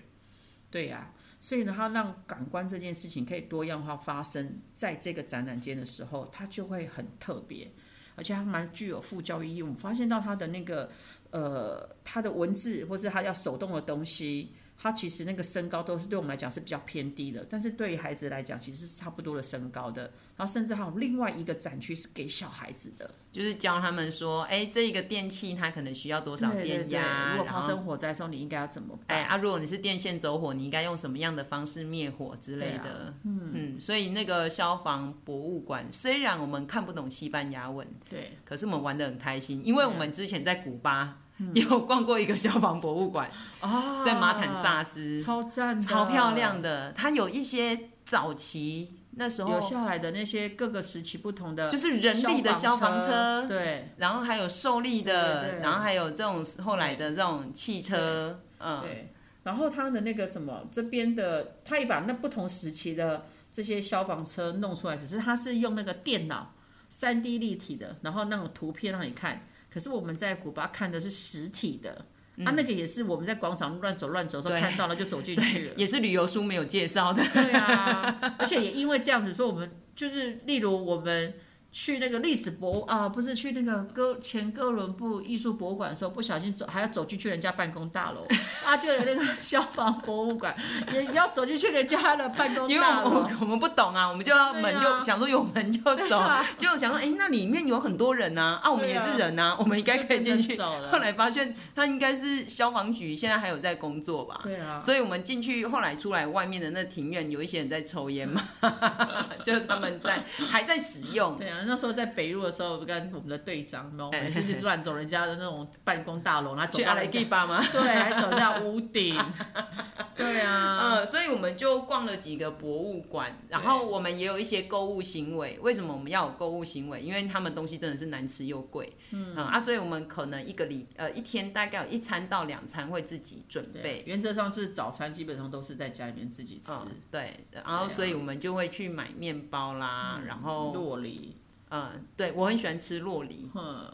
Speaker 2: 对呀、所以呢，它让感官这件事情可以多样化发生在这个展览间的时候，它就会很特别，而且它蛮具有副教育意义。我们发现到它的那个呃，它的文字或是它要手动的东西。它其实那个身高都是对我们来讲是比较偏低的，但是对于孩子来讲其实是差不多的身高的。然后甚至还有另外一个展区是给小孩子的，
Speaker 1: 就是教他们说，哎、这一个电器它可能需要多少电压，
Speaker 2: 如果
Speaker 1: 然
Speaker 2: 发
Speaker 1: 后
Speaker 2: 生火灾的时候，你应该要怎么
Speaker 1: 哎
Speaker 2: 办？
Speaker 1: 啊，如果你是电线走火，你应该用什么样的方式灭火之类
Speaker 2: 对啊
Speaker 1: 的？嗯嗯，所以那个消防博物馆，虽然我们看不懂西班牙文，
Speaker 2: 对，
Speaker 1: 可是我们玩的很开心，因为我
Speaker 2: 啊
Speaker 1: 们之前在古巴、 有逛过一个消防博物馆，
Speaker 2: 嗯啊
Speaker 1: 在马坦萨斯，
Speaker 2: 超赞的，
Speaker 1: 超漂亮的，它有一些早期那时候
Speaker 2: 留下来的那些各个时期不同的
Speaker 1: 就是人力的消防车，
Speaker 2: 对
Speaker 1: 然后还有受力的，
Speaker 2: 对对
Speaker 1: 然后还有这种后来的这种汽车，嗯，
Speaker 2: 对。然后它的那个什么，这边的，它也把那不同时期的这些消防车弄出来，可是它是用那个电脑三 D 立体的，然后那种图片让你看。可是我们在古巴看的是实体的，啊，那个也是我们在广场乱走乱走的时候
Speaker 1: 对
Speaker 2: 看到了就走进 去 了。
Speaker 1: 也是旅游书没有介绍的，
Speaker 2: 对啊，而且也因为这样子，所以我们就是例如我们去那个历史博物啊，不是去那个哥前哥伦布艺术博物馆的时候，不小心走还要走进去人家办公大楼 啊，就有那个消防博物馆，也也要走进去人家的办公
Speaker 1: 因为
Speaker 2: 大
Speaker 1: 我
Speaker 2: 楼
Speaker 1: 们。我们不懂哦啊，我们就要门就、
Speaker 2: 对啊
Speaker 1: 想说有门就
Speaker 2: 对
Speaker 1: 走，
Speaker 2: 啊
Speaker 1: 就想说哎、诶那里面有很多人啊，啊我们
Speaker 2: 对
Speaker 1: 也
Speaker 2: 啊
Speaker 1: 是人啊，我们应该可以进
Speaker 2: 就跟
Speaker 1: 去。
Speaker 2: 着走了
Speaker 1: 后来发现他应该是消防局，现在还有在工作吧。
Speaker 2: 对啊，
Speaker 1: 所以我们进去，后来出来外面的那庭院，有一些人在抽烟嘛， 就是他们在还在使用，
Speaker 2: 对啊，那时候在北路的时候，跟我们的队长，然后我们
Speaker 1: 哎
Speaker 2: 也是就是乱走人家的那种办公大楼，然后走
Speaker 1: 去
Speaker 2: 到
Speaker 1: 阿雷
Speaker 2: 人家
Speaker 1: 基巴吗？
Speaker 2: 对，还走到屋顶， 对啊，
Speaker 1: 嗯，所以我们就逛了几个博物馆，然后我们也有一些购物行为。为什么我们要有购物行为？因为他们东西真的是难吃又贵，嗯啊，所以我们可能一个礼呃一天大概有一餐到两餐会自己准备。
Speaker 2: 对，原则上是早餐基本上都是在家里面自己吃，
Speaker 1: 嗯，对，然后
Speaker 2: 对啊嗯
Speaker 1: 所以我们就会去买面包啦，然后
Speaker 2: 洛梨，
Speaker 1: 嗯，对我很喜欢吃洛梨，
Speaker 2: 哼，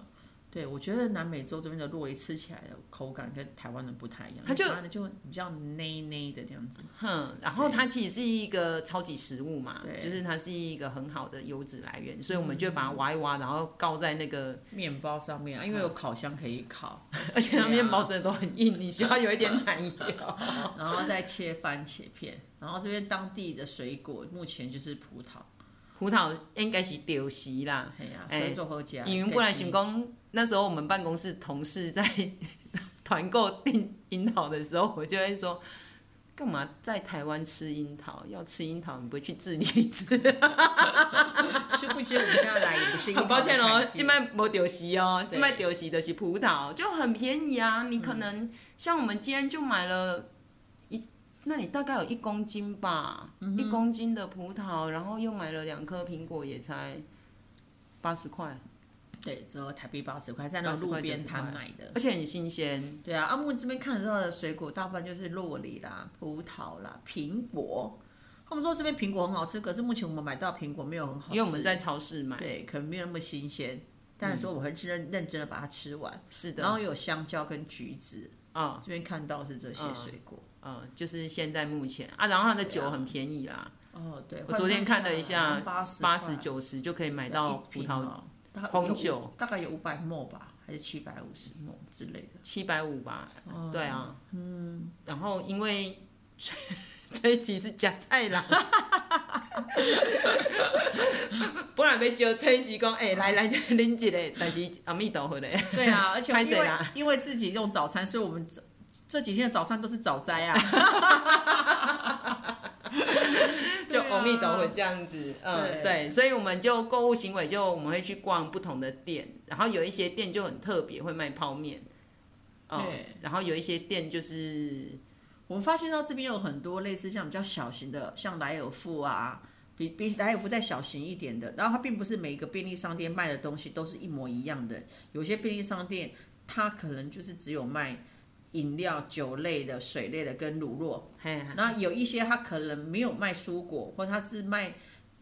Speaker 2: 对我觉得南美洲这边的洛梨吃起来的口感跟台湾的不太一样，
Speaker 1: 它就
Speaker 2: 台湾的就比较内内的这样子，
Speaker 1: 哼，然后它其实是一个超级食物嘛，
Speaker 2: 对嗯
Speaker 1: 就是它是一个很好的油脂来源，所以我们就把它挖一挖，然后告在那个
Speaker 2: 面包上面啊，因为有烤箱可以烤，
Speaker 1: 而且它
Speaker 2: 对啊
Speaker 1: 面包真的都很硬，你需要有一点奶 油。
Speaker 2: 然后再切番茄片，然后这边当地的水果目前就是葡萄，
Speaker 1: 葡萄应该是丢席啦，
Speaker 2: 哎呀、
Speaker 1: 哎
Speaker 2: 所以做后加，
Speaker 1: 因为本来想讲，那时候我们办公室同事在 团购订樱桃的时候，我就会说。干嘛在台湾吃樱桃？要吃樱桃，你不会去智利 吃？
Speaker 2: 是不是我们现在来也不是
Speaker 1: 很 抱歉哦
Speaker 2: 喽，，
Speaker 1: 这卖没丢席哦，
Speaker 2: 对
Speaker 1: 这卖丢席的是葡萄，就很便宜啊。你可
Speaker 2: 嗯
Speaker 1: 能像我们今天就买了一，那里大概有一公斤吧，
Speaker 2: 嗯
Speaker 1: 一公斤的葡萄，然后又买了两颗苹果，也才八十块，
Speaker 2: 对，只有台币八十块，在那
Speaker 1: 80
Speaker 2: 种
Speaker 1: 块
Speaker 2: 路边
Speaker 1: 90块
Speaker 2: 摊买的。
Speaker 1: 而且很新鲜。
Speaker 2: 对啊，阿木这边看得到的水果，大部分就是洛梨啦、葡萄啦、苹果。他们说这边苹果很好吃，可是目前我们买到苹果没有很好吃，
Speaker 1: 因为我们在超市买，
Speaker 2: 对，可能没有那么新鲜。但是说我很认认真的把它吃完，
Speaker 1: 是
Speaker 2: 然
Speaker 1: 的，
Speaker 2: 后有香蕉跟橘子，
Speaker 1: 嗯
Speaker 2: 这边看到是这些
Speaker 1: 嗯
Speaker 2: 水果。
Speaker 1: 嗯，就是现在目前啊，然后它的
Speaker 2: 对
Speaker 1: 酒
Speaker 2: 啊
Speaker 1: 很便宜啦，
Speaker 2: 哦，对，
Speaker 1: 我昨天看了一下
Speaker 2: 八十
Speaker 1: 八十九十就可以买到葡
Speaker 2: 啊
Speaker 1: 萄，红酒，
Speaker 2: 哦大概有五百沫吧，还是七百五十沫之类的。
Speaker 1: 七百五吧，
Speaker 2: 哦
Speaker 1: 对啊，嗯，然后因为 崔琦是假菜啦， 不然被叫崔琦讲，哎、来来，拎一个，但是阿弥陀佛的，
Speaker 2: 嗯对啊，而且
Speaker 1: 拍
Speaker 2: 因
Speaker 1: 谁
Speaker 2: 为
Speaker 1: 啦
Speaker 2: 因为自己用早餐，所以我们这这几天的早餐都是早斋啊。
Speaker 1: 就
Speaker 2: 对啊
Speaker 1: 阿弥陀佛这样子，嗯，
Speaker 2: 对
Speaker 1: 对，所以我们就购物行为就我们会去逛不同的店，然后有一些店就很特别，会卖泡面，嗯
Speaker 2: 对，
Speaker 1: 然后有一些店就是
Speaker 2: 我们发现到这边有很多类似像比较小型的，像莱尔富啊，比比莱尔富再小型一点的。然后它并不是每一个便利商店卖的东西都是一模一样的，有些便利商店它可能就是只有卖饮料、酒类的、水类的跟乳酪，
Speaker 1: 嘿，
Speaker 2: 那有一些它可能没有卖蔬果，或它是卖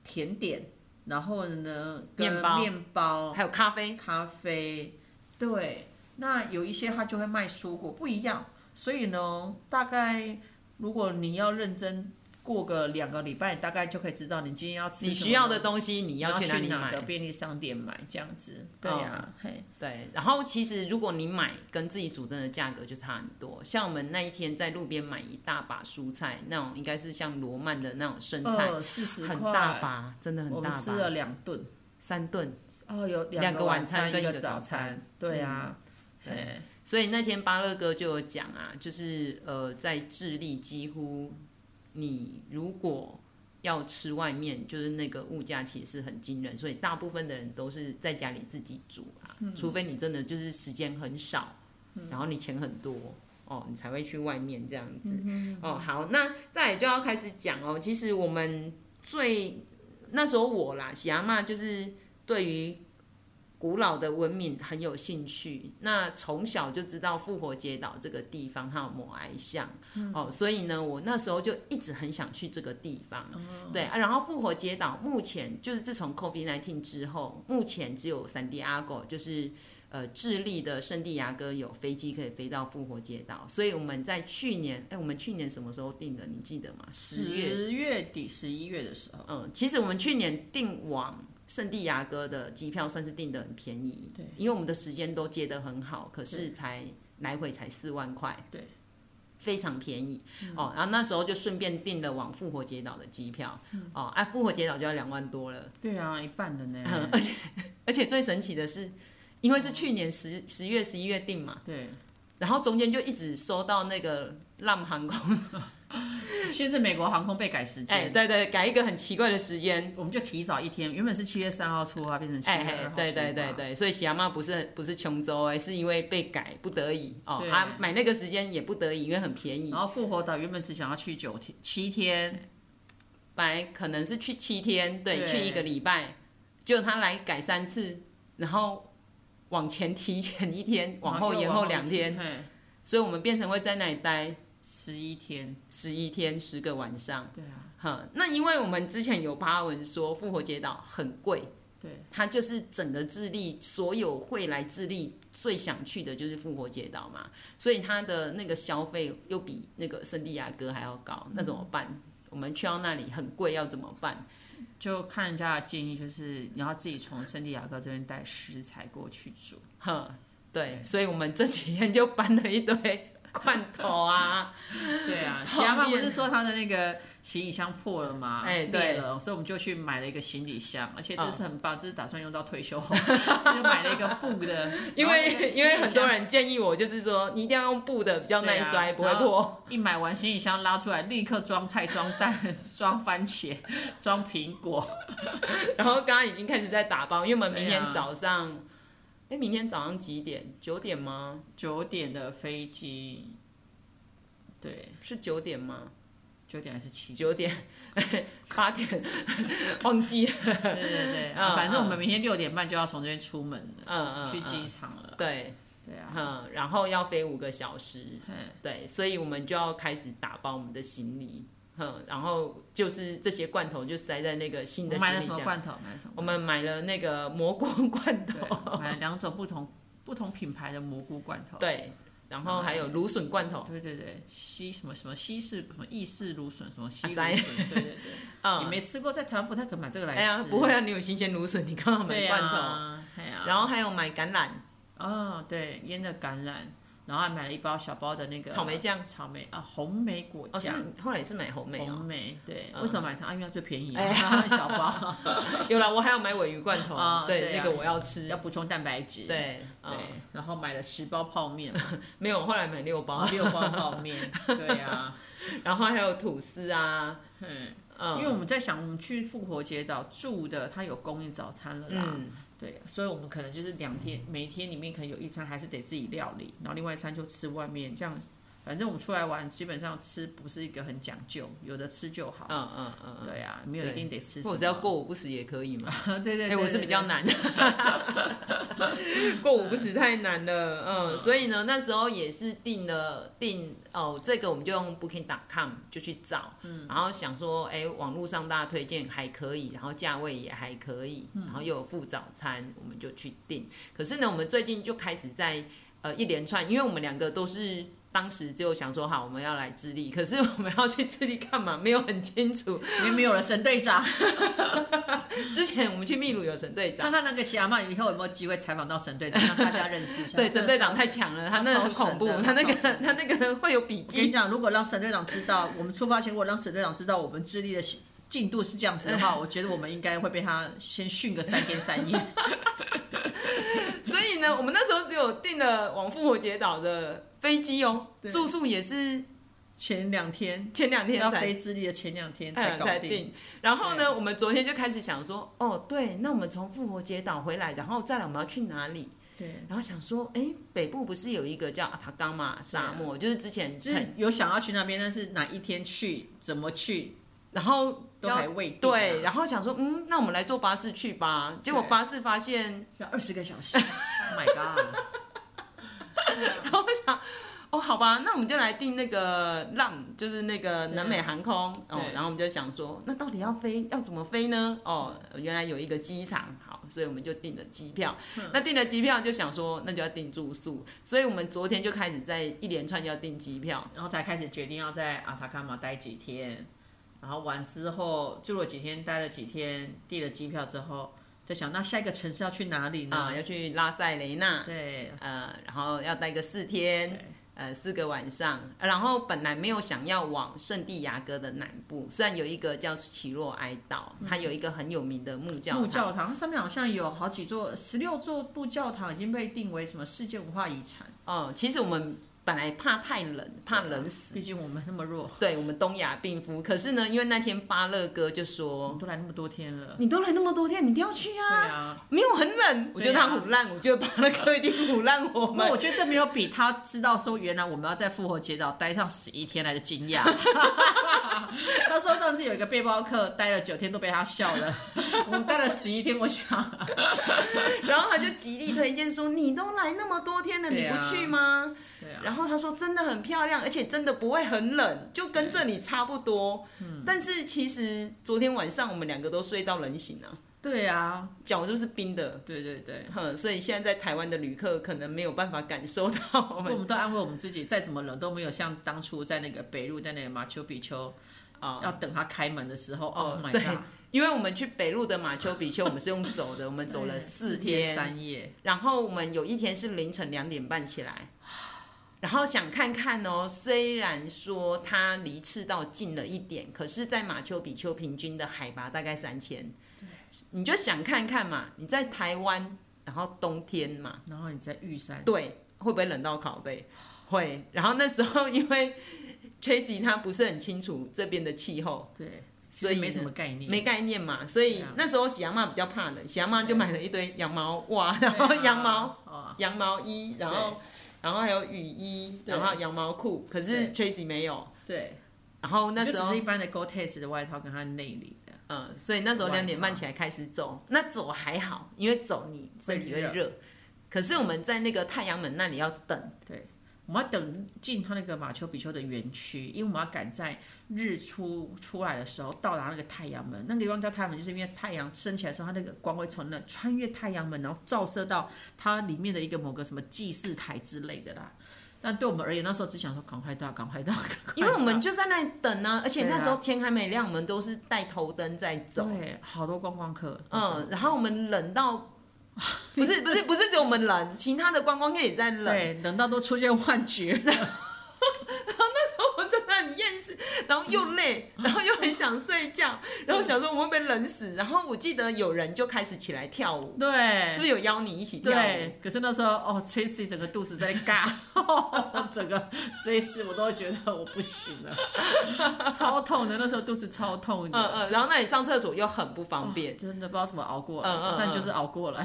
Speaker 2: 甜点，然后呢跟
Speaker 1: 面包
Speaker 2: 面包
Speaker 1: 还有咖啡，
Speaker 2: 咖啡，对，那有一些它就会卖蔬果，不一样。所以呢，大概如果你要认真过个两个礼拜，你大概就可以知道你今天要吃
Speaker 1: 你
Speaker 2: 什
Speaker 1: 需
Speaker 2: 么
Speaker 1: 要
Speaker 2: 了
Speaker 1: 的东西你
Speaker 2: 你
Speaker 1: 要
Speaker 2: 要
Speaker 1: 去哪里
Speaker 2: 哪个
Speaker 1: 买？
Speaker 2: 便利商店买这样子？对
Speaker 1: 哦
Speaker 2: 啊，嘿，
Speaker 1: 对，然后其实如果你买跟自己煮真的价格就差很多，像我们那一天在路边买一大把蔬菜，那种应该是像罗曼的那种生菜，
Speaker 2: 二四嗯十块，
Speaker 1: 哦很大把，真的很
Speaker 2: 我
Speaker 1: 大
Speaker 2: 们吃了
Speaker 1: 把，
Speaker 2: 两顿，
Speaker 1: 三顿。
Speaker 2: 哦，有
Speaker 1: 两个
Speaker 2: 个晚
Speaker 1: 晚餐跟
Speaker 2: 一
Speaker 1: 一
Speaker 2: 个
Speaker 1: 个
Speaker 2: 早
Speaker 1: 早餐
Speaker 2: 餐，对啊，
Speaker 1: 嗯
Speaker 2: 对，
Speaker 1: 所以那天巴乐哥就有讲啊，就是呃，在智利几乎你如果要吃外面，就是那个物价其实是很惊人，所以大部分的人都是在家里自己煮啊，除非你真的就是时间很少，然后你钱很多。哦，你才会去外面这样子。哦，好，那再来就要开始讲哦。其实我们最那时候我啦，喜阿妈就是对于古老的文明很有兴趣，那从小就知道复活节岛这个地方还有摩埃像、哦，所以呢，我那时候就一直很想去这个地方，对、啊。然后复活节岛目前就是自从 COVID 1 9之后，目前只有三 D 阿狗，就是呃智利的圣地亚哥有飞机可以飞到复活节岛，所以我们在去年，哎，我们去年什么时候订的？你记得吗？十月
Speaker 2: 十月底十一月的时候，
Speaker 1: 嗯，其实我们去年订往圣地亚哥的机票算是订的很便宜，
Speaker 2: 对，
Speaker 1: 因为我们的时间都接得很好，可是才来回才四万块，
Speaker 2: 对，嗯
Speaker 1: 非常便宜、哦。然后那时候就顺便订了往复活节岛的机票，
Speaker 2: 嗯
Speaker 1: 哦，哎、复活节岛就要两万多了，
Speaker 2: 对啊，一半的呢，
Speaker 1: 而且而且最神奇的是，因为是去年十十月十一月订嘛，
Speaker 2: 对，
Speaker 1: 然后中间就一直收到那个浪航空，
Speaker 2: 先是美国航空被改时
Speaker 1: 哎，
Speaker 2: 间，
Speaker 1: 对对，改一个很奇怪的时间，
Speaker 2: 我们就提早一天，原本是七月三号出发，变成七月二号出发，
Speaker 1: 哎对对对对，所以喜阿妈不是不是穷州哎、是因为被改不得已哦
Speaker 2: 对
Speaker 1: 啊，买那个时间也不得已，因为很便宜
Speaker 2: 然，后复活岛原本只想要去九天七天，
Speaker 1: 本来可能是去七天，对，
Speaker 2: 对
Speaker 1: 去一个礼拜，结果他来改三次，然后往前提前一天，往后延后两天，，
Speaker 2: 嘿，
Speaker 1: 所以我们变成会在那里待
Speaker 2: 十一天，
Speaker 1: 十一天十个晚上。
Speaker 2: 对啊，
Speaker 1: 哈，那因为我们之前有发文说复活节岛很贵，
Speaker 2: 对，
Speaker 1: 它就是整个智利所有会来智利最想去的就是复活节岛嘛，所以它的那个消费又比那个圣地亚哥还要高，那怎么办？我们去到那里很贵，要怎么办？
Speaker 2: 就看人家的建议，就是你要自己从圣地亚哥这边带食材过去煮，
Speaker 1: 哼，对，所以我们这几天就搬了一堆罐头 啊，
Speaker 2: 对啊，
Speaker 1: 泡
Speaker 2: 喜阿妈不
Speaker 1: 面
Speaker 2: 是说她的那个行李箱破了吗？
Speaker 1: 哎对
Speaker 2: 裂了，所以我们就去买了一个行李箱，而且这次很棒，这是打算用到退休 后，所以就买了一个布的，
Speaker 1: 因
Speaker 2: 然后
Speaker 1: 为
Speaker 2: 那个
Speaker 1: 因为很多
Speaker 2: 行李箱
Speaker 1: 人建议我，就是说你一定要用布的，比较耐摔，
Speaker 2: 对啊
Speaker 1: 不会
Speaker 2: 然后
Speaker 1: 破。
Speaker 2: 一买完行李箱拉出来，立刻装菜、装蛋、 装番茄、装苹果，
Speaker 1: 然后刚刚已经开始在打包，因为我们明
Speaker 2: 对
Speaker 1: 天
Speaker 2: 啊
Speaker 1: 早上，哎、明天早上几点？九点吗？
Speaker 2: 九点的飞机，对，
Speaker 1: 是九点吗？
Speaker 2: 九点还是七点？
Speaker 1: 九点、 八点， 忘记了。
Speaker 2: 对 对对，
Speaker 1: 嗯
Speaker 2: 反正我们明天六点半就要从这边出门了，
Speaker 1: 嗯嗯，
Speaker 2: 去
Speaker 1: 嗯
Speaker 2: 机场了。
Speaker 1: 对，
Speaker 2: 对啊，
Speaker 1: 嗯，然后要飞五个小时，
Speaker 2: 嗯
Speaker 1: 对，所以我们就要开始打包我们的行李，嗯，然后就是这些罐头就塞在那个新
Speaker 2: 我
Speaker 1: 的
Speaker 2: 买
Speaker 1: 行
Speaker 2: 了
Speaker 1: 李
Speaker 2: 什么
Speaker 1: 箱。
Speaker 2: 罐头？买了什么罐头？
Speaker 1: 我们买了那个蘑菇罐
Speaker 2: 对，
Speaker 1: 头，
Speaker 2: 买了两种不同不同品牌的蘑菇罐 头。
Speaker 1: 对，然后还有芦笋罐头，
Speaker 2: 对对对，西什么什么西式什么意式芦笋什么西芦
Speaker 1: 啊
Speaker 2: 笋，对对对，你
Speaker 1: 嗯，
Speaker 2: 没吃过，在台湾不太可能买这个来吃。
Speaker 1: 哎呀，不会啊，你有新鲜芦笋，你刚好买
Speaker 2: 对
Speaker 1: 罐头，啊
Speaker 2: 啊，哎呀，
Speaker 1: 然后还有买橄榄
Speaker 2: 哦对，腌的橄榄，然后还买了一包小包的那个
Speaker 1: 草莓酱，
Speaker 2: 草莓啊红莓果
Speaker 1: 哦，是
Speaker 2: 酱。
Speaker 1: 后来也是买红莓
Speaker 2: 红
Speaker 1: 哦，
Speaker 2: 莓对，
Speaker 1: 嗯
Speaker 2: 为什么买它？啊因为它最便宜啊，
Speaker 1: 哎
Speaker 2: 小 包，
Speaker 1: 有了，我还要买尾鱼罐头
Speaker 2: 啊，对
Speaker 1: 哦对，
Speaker 2: 啊
Speaker 1: 那个我要吃
Speaker 2: 要，补充蛋白质。
Speaker 1: 对，嗯
Speaker 2: 对，然后买了十包泡面嘛，
Speaker 1: 没有，后来买六包，
Speaker 2: 六包泡面。对啊，
Speaker 1: 然后还有吐司啊，
Speaker 2: 嗯，
Speaker 1: 嗯，
Speaker 2: 因为我们在想，我们去复活节岛住的，它有供应早餐了啦，
Speaker 1: 嗯，
Speaker 2: 对，所以我们可能就是两天，每天里面可能有一餐还是得自己料理，然后另外一餐就吃外面，这样，反正我们出来玩基本上吃不是一个很讲究，有的吃就好，
Speaker 1: 嗯嗯嗯嗯，
Speaker 2: 对啊，没有一定得吃什么，
Speaker 1: 或者要过午不食也可以嘛，
Speaker 2: 对， 对对
Speaker 1: 哎、
Speaker 2: 对，
Speaker 1: 我是比较难， 过午不食太难了，嗯，所以呢，那时候也是订了订哦，这个我们就用 Booking.com 就去找，嗯，然后想说，哎、网络上大家推荐还可以，然后价位也还可以，然后又有附早餐，我们就去订。可是呢，我们最近就开始在呃一连串，因为我们两个都是当时就想说，好，我们要来智利，可是我们要去智利干嘛？没有很清楚。
Speaker 2: 因为没有了神队长，
Speaker 1: 之前我们去秘鲁有神队长
Speaker 2: 看，看那个喜阿曼以后有没有机会采访到神队长，让大家认识一 下。
Speaker 1: 对，神队长太强了，他那个很恐怖，他那
Speaker 2: 他超神
Speaker 1: 个
Speaker 2: 的
Speaker 1: 他那个会有笔
Speaker 2: 我跟你
Speaker 1: 记。
Speaker 2: 讲，如果让沈队长知道，我们出发前如果让沈队长知道我们智利的进度是这样子的话，我觉得我们应该会被他先训个三天三夜。
Speaker 1: 所以呢，我们那时候只有订了往复活节岛的飞机哦，
Speaker 2: 对
Speaker 1: 住宿也是
Speaker 2: 前两天
Speaker 1: 前两天
Speaker 2: 要
Speaker 1: 才
Speaker 2: 飞智利的前两天才
Speaker 1: 嗯，
Speaker 2: 搞
Speaker 1: 才
Speaker 2: 定。
Speaker 1: 定。然后
Speaker 2: 对
Speaker 1: 呢，我们昨天就开始想说，哦，对，那我们从复活节岛回来，然后再来我们要去哪里？
Speaker 2: 对，
Speaker 1: 然后想说，哎，北部不是有一个叫阿塔冈马沙漠，就是之前
Speaker 2: 就是
Speaker 1: 曾，
Speaker 2: 有想要去那边，但是哪一天去、怎么去
Speaker 1: 然后
Speaker 2: 都
Speaker 1: 要
Speaker 2: 还未定啊
Speaker 1: 对，，然后想说，嗯，那我们来坐巴士去吧。结果
Speaker 2: 对
Speaker 1: 巴士发现，
Speaker 2: 要二十个小 时。oh my god！
Speaker 1: 然后我想。哦，好吧，那我们就来订那个浪，就是那个南美航空哦
Speaker 2: 啊对。
Speaker 1: 然后我们就想说，那到底要飞，要怎么飞呢？哦，原来有一个机场，好，所以我们就订了机票。那订了机票就想说，那就要订住宿，所以我们昨天就开始在一连串要订机票。
Speaker 2: 然后才开始决定要在阿塔卡马待几天，然后完之后住了几天，待了几天，订了机票之后，在想那下一个城市要去哪里呢？
Speaker 1: 啊、要去拉塞雷纳，
Speaker 2: 对，
Speaker 1: 呃，然后要待个四天
Speaker 2: 对，
Speaker 1: 呃，四个晚上。然后本来没有想要往圣地亚哥的南部，虽然有一个叫奇洛埃岛，
Speaker 2: 嗯
Speaker 1: 它有一个很有名的木教
Speaker 2: 木
Speaker 1: 堂，
Speaker 2: 教堂，它上面好像有好几座，十六座木教堂已经被定为什么世界文化遗产。
Speaker 1: 哦、其实我们本来怕太冷，怕冷死。
Speaker 2: 毕竟我们那么弱，
Speaker 1: 对我们东亚病夫，可是呢，因为那天巴勒哥就
Speaker 2: 我
Speaker 1: 说
Speaker 2: 们都来那么多天了。
Speaker 1: 你都来那么多天，你一定要去
Speaker 2: 对
Speaker 1: 啊，
Speaker 2: 啊，
Speaker 1: 没有很冷。我觉得他唬烂，我觉得巴勒哥一定唬烂我们
Speaker 2: 那。哦我觉得这没有比他知道说原来我们要在复活节岛待上十一天来的惊讶。 他说上次有一个背包客待了九天都被他 笑了，我们待了十一天，我想
Speaker 1: 然后他就极力推荐说：“你都来那么多天了，
Speaker 2: 对
Speaker 1: 你
Speaker 2: 啊
Speaker 1: 不去吗？”
Speaker 2: 对啊
Speaker 1: 然后他说：“真的很漂亮，而且真的不会很冷，就跟这里差不多。”但是其实昨天晚上我们两个都睡到冷醒了、
Speaker 2: 对啊，
Speaker 1: 脚就是冰的。
Speaker 2: 对对对，
Speaker 1: 哼，所以现在在台湾的旅客可能没有办法感受到我
Speaker 2: 我
Speaker 1: 们
Speaker 2: 们都安慰我们自己，再怎么冷都没有像当初在那个北路在那个马丘比丘
Speaker 1: 啊、
Speaker 2: 要等他开门的时候，Oh
Speaker 1: 哦
Speaker 2: my
Speaker 1: 对
Speaker 2: god，
Speaker 1: 因为我们去北路的马丘比丘，我们是用走的，我们走了四天，
Speaker 2: 三夜。
Speaker 1: 然后我们有一天是凌晨两点半起来，然后想看看哦。虽然说它离赤道近了一点，可是，在马丘比丘平均的海拔大概三千，你就想看看嘛。你在台湾，然后冬天嘛，
Speaker 2: 然后你在玉山，
Speaker 1: 对，会不会冷到拷 贝？会。然后那时候因为 Tracy 他不是很清楚这边的气候，
Speaker 2: 对，
Speaker 1: 所以
Speaker 2: 其实没
Speaker 1: 呢
Speaker 2: 什么概念，
Speaker 1: 没 概念嘛，所以
Speaker 2: 嗯对啊
Speaker 1: 那时候喜羊妈比较怕冷，喜羊妈就买了一堆羊毛袜，
Speaker 2: 对
Speaker 1: 然
Speaker 2: 啊
Speaker 1: 后羊毛
Speaker 2: 哦，
Speaker 1: 羊毛衣，然后然后还有雨衣，
Speaker 2: 对
Speaker 1: 然后羊毛裤，可是 Tracy 没有。
Speaker 2: 对，
Speaker 1: 然后那时
Speaker 2: 就只
Speaker 1: 候
Speaker 2: 是一，般的 Gore-Tex 的外套跟它内里的，
Speaker 1: 嗯，所以那时候
Speaker 2: 外套
Speaker 1: 两点半起来开始走，那走还好，因为走你身体会
Speaker 2: 会
Speaker 1: 热。可是我们在那个太阳门那里要等，
Speaker 2: 我们要等进它那个马丘比丘的园区，因为我们要赶在日出出来的时候到达那个太阳门。那个地方叫太阳门，就是因为太阳升起来的时候，它那个光会从那穿越太阳门，然后照射到它里面的一个某个什么祭祀台之类的啦。但对我们而言，那时候只想说赶快到，赶快到，赶快到
Speaker 1: 因为我们就在那里等啊，而且
Speaker 2: 对啊
Speaker 1: 那时候天还没亮，我们都是带头灯在走。
Speaker 2: 对好多观光客，
Speaker 1: 嗯，然后我们冷 到，不是不是不是只有我们冷，其他的观光客也在冷。
Speaker 2: 对，嗯冷到都出现幻觉。
Speaker 1: 我真的很厌世，然后又累，
Speaker 2: 嗯
Speaker 1: 然后又很想睡觉，然后想说我会被冷死。然后我记得有人就开始起来跳舞，
Speaker 2: 对
Speaker 1: 是不是有邀你一起跳舞？
Speaker 2: 对，可是那时候哦，Tracy 整个肚子在尬， 整个随时我都会觉得我不行 了，超痛的。那时候肚子超痛
Speaker 1: 嗯
Speaker 2: 的，哦
Speaker 1: 嗯，然后那里上厕所又很不方便，
Speaker 2: 真的不知道怎么熬过
Speaker 1: 嗯
Speaker 2: 来，
Speaker 1: 嗯嗯
Speaker 2: 但就是熬 过来。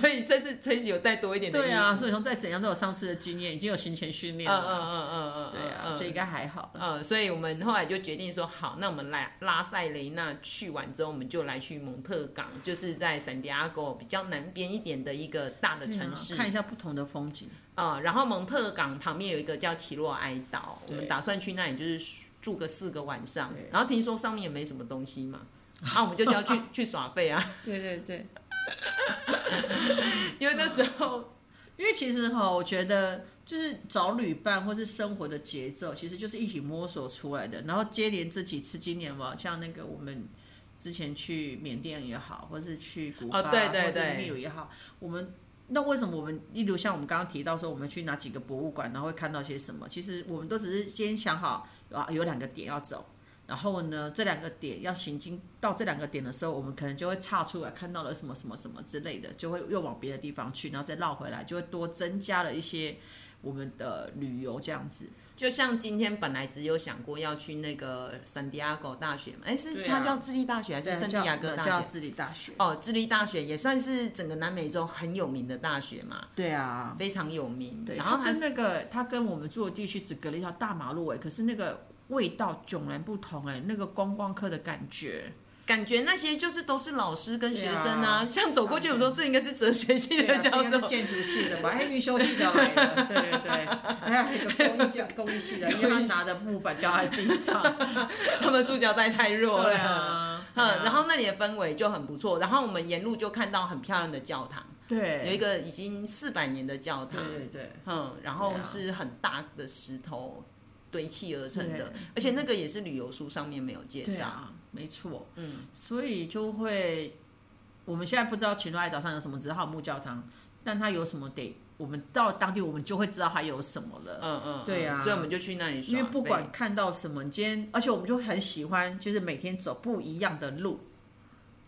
Speaker 1: 所以这次崔喜有带多一点的
Speaker 2: 哦对
Speaker 1: 衣服。
Speaker 2: 啊，所以说再怎样都有上次的经验，已经有行前训
Speaker 1: 嗯嗯
Speaker 2: 练了。
Speaker 1: 嗯嗯嗯，
Speaker 2: 对啊，
Speaker 1: 嗯
Speaker 2: 所以应该还好。
Speaker 1: 嗯，所以我们后来就决定说，好，那我们来拉塞雷纳去完之后，我们就来去蒙特港，就是在圣地亚哥比较南边一点的一个大的城市
Speaker 2: 对啊。看一下不同的 风景，
Speaker 1: 呃，然后蒙特港旁边有一个叫奇洛埃岛，我们
Speaker 2: 对
Speaker 1: 打算去那里就是住个四个晚上
Speaker 2: 对，
Speaker 1: 然后听说上面也没什么东西嘛，啊，我们就是要 去去耍费啊，
Speaker 2: 对对对，
Speaker 1: 因为那时候
Speaker 2: 因为其实哈，我觉得就是找旅伴或是生活的节奏，其实就是一起摸索出来的。然后接连这几次今年吧，像那个我们之前去缅甸也好，或是去古巴，
Speaker 1: 哦对对
Speaker 2: 或是
Speaker 1: 对
Speaker 2: 秘鲁也好，我们。那为什么我们，例如像我们刚刚提到说，我们去哪几个博物馆，然后会看到些什么？其实我们都只是先想好啊，有两个点要走，然后呢，这两个点要行经到这两个点的时候，我们可能就会岔出来，看到了什么什么什么之类的，就会又往别的地方去，然后再绕回来，就会多增加了一些我们的旅游这样子。
Speaker 1: 就像今天本来只有想过要去那个圣地亚哥大学嘛，哎、是
Speaker 2: 对啊
Speaker 1: 它叫智利大学还是
Speaker 2: 对啊
Speaker 1: 圣地亚哥
Speaker 2: 叫
Speaker 1: 大
Speaker 2: 叫
Speaker 1: 学？
Speaker 2: 智利大学。
Speaker 1: 哦，智利大学也算是整个南美洲很有名的大学嘛，
Speaker 2: 对啊，
Speaker 1: 非常有名。
Speaker 2: 对，
Speaker 1: 然后它
Speaker 2: 它跟那个它跟我们住的地区只隔了一条大马路哎，可是那个味道迥然不同哎，那个观光客的感 觉。
Speaker 1: 感觉那些就是都是老师跟学生啊，
Speaker 2: 对
Speaker 1: 像走过去我说这应该是哲学系
Speaker 2: 对
Speaker 1: 的
Speaker 2: 啊，这
Speaker 1: 教
Speaker 2: 应该
Speaker 1: 授
Speaker 2: 是，建筑 系的吧？哎，预修系的来的，对对对，还有一个工艺教工艺系的，因为他拿着木板掉在地上。
Speaker 1: 他们塑胶袋太弱
Speaker 2: 对
Speaker 1: 了。
Speaker 2: 啊，
Speaker 1: 嗯，然后那里的氛围就很不错，然后我们沿路就看到很漂亮的教堂，
Speaker 2: 对，
Speaker 1: 有一个已经四百年的教堂，
Speaker 2: 对对对，
Speaker 1: 嗯，然
Speaker 2: 对
Speaker 1: 后
Speaker 2: 啊
Speaker 1: 是很大的石头堆砌而成的
Speaker 2: 对，
Speaker 1: 而且那个也是旅游书上面没有介
Speaker 2: 对
Speaker 1: 绍。
Speaker 2: 啊，没错，
Speaker 1: 嗯，
Speaker 2: 所以就会我们现在不知道秦罗爱岛上有什么，只好木教堂，但它有什么得我们到当地我们就会知道它有什么了。
Speaker 1: 嗯嗯，
Speaker 2: 对啊
Speaker 1: 嗯所以我们就去那里耍
Speaker 2: 因为不
Speaker 1: 废
Speaker 2: 管看到什么，你今天，而且我们就很喜欢，就是每天走不一样的路。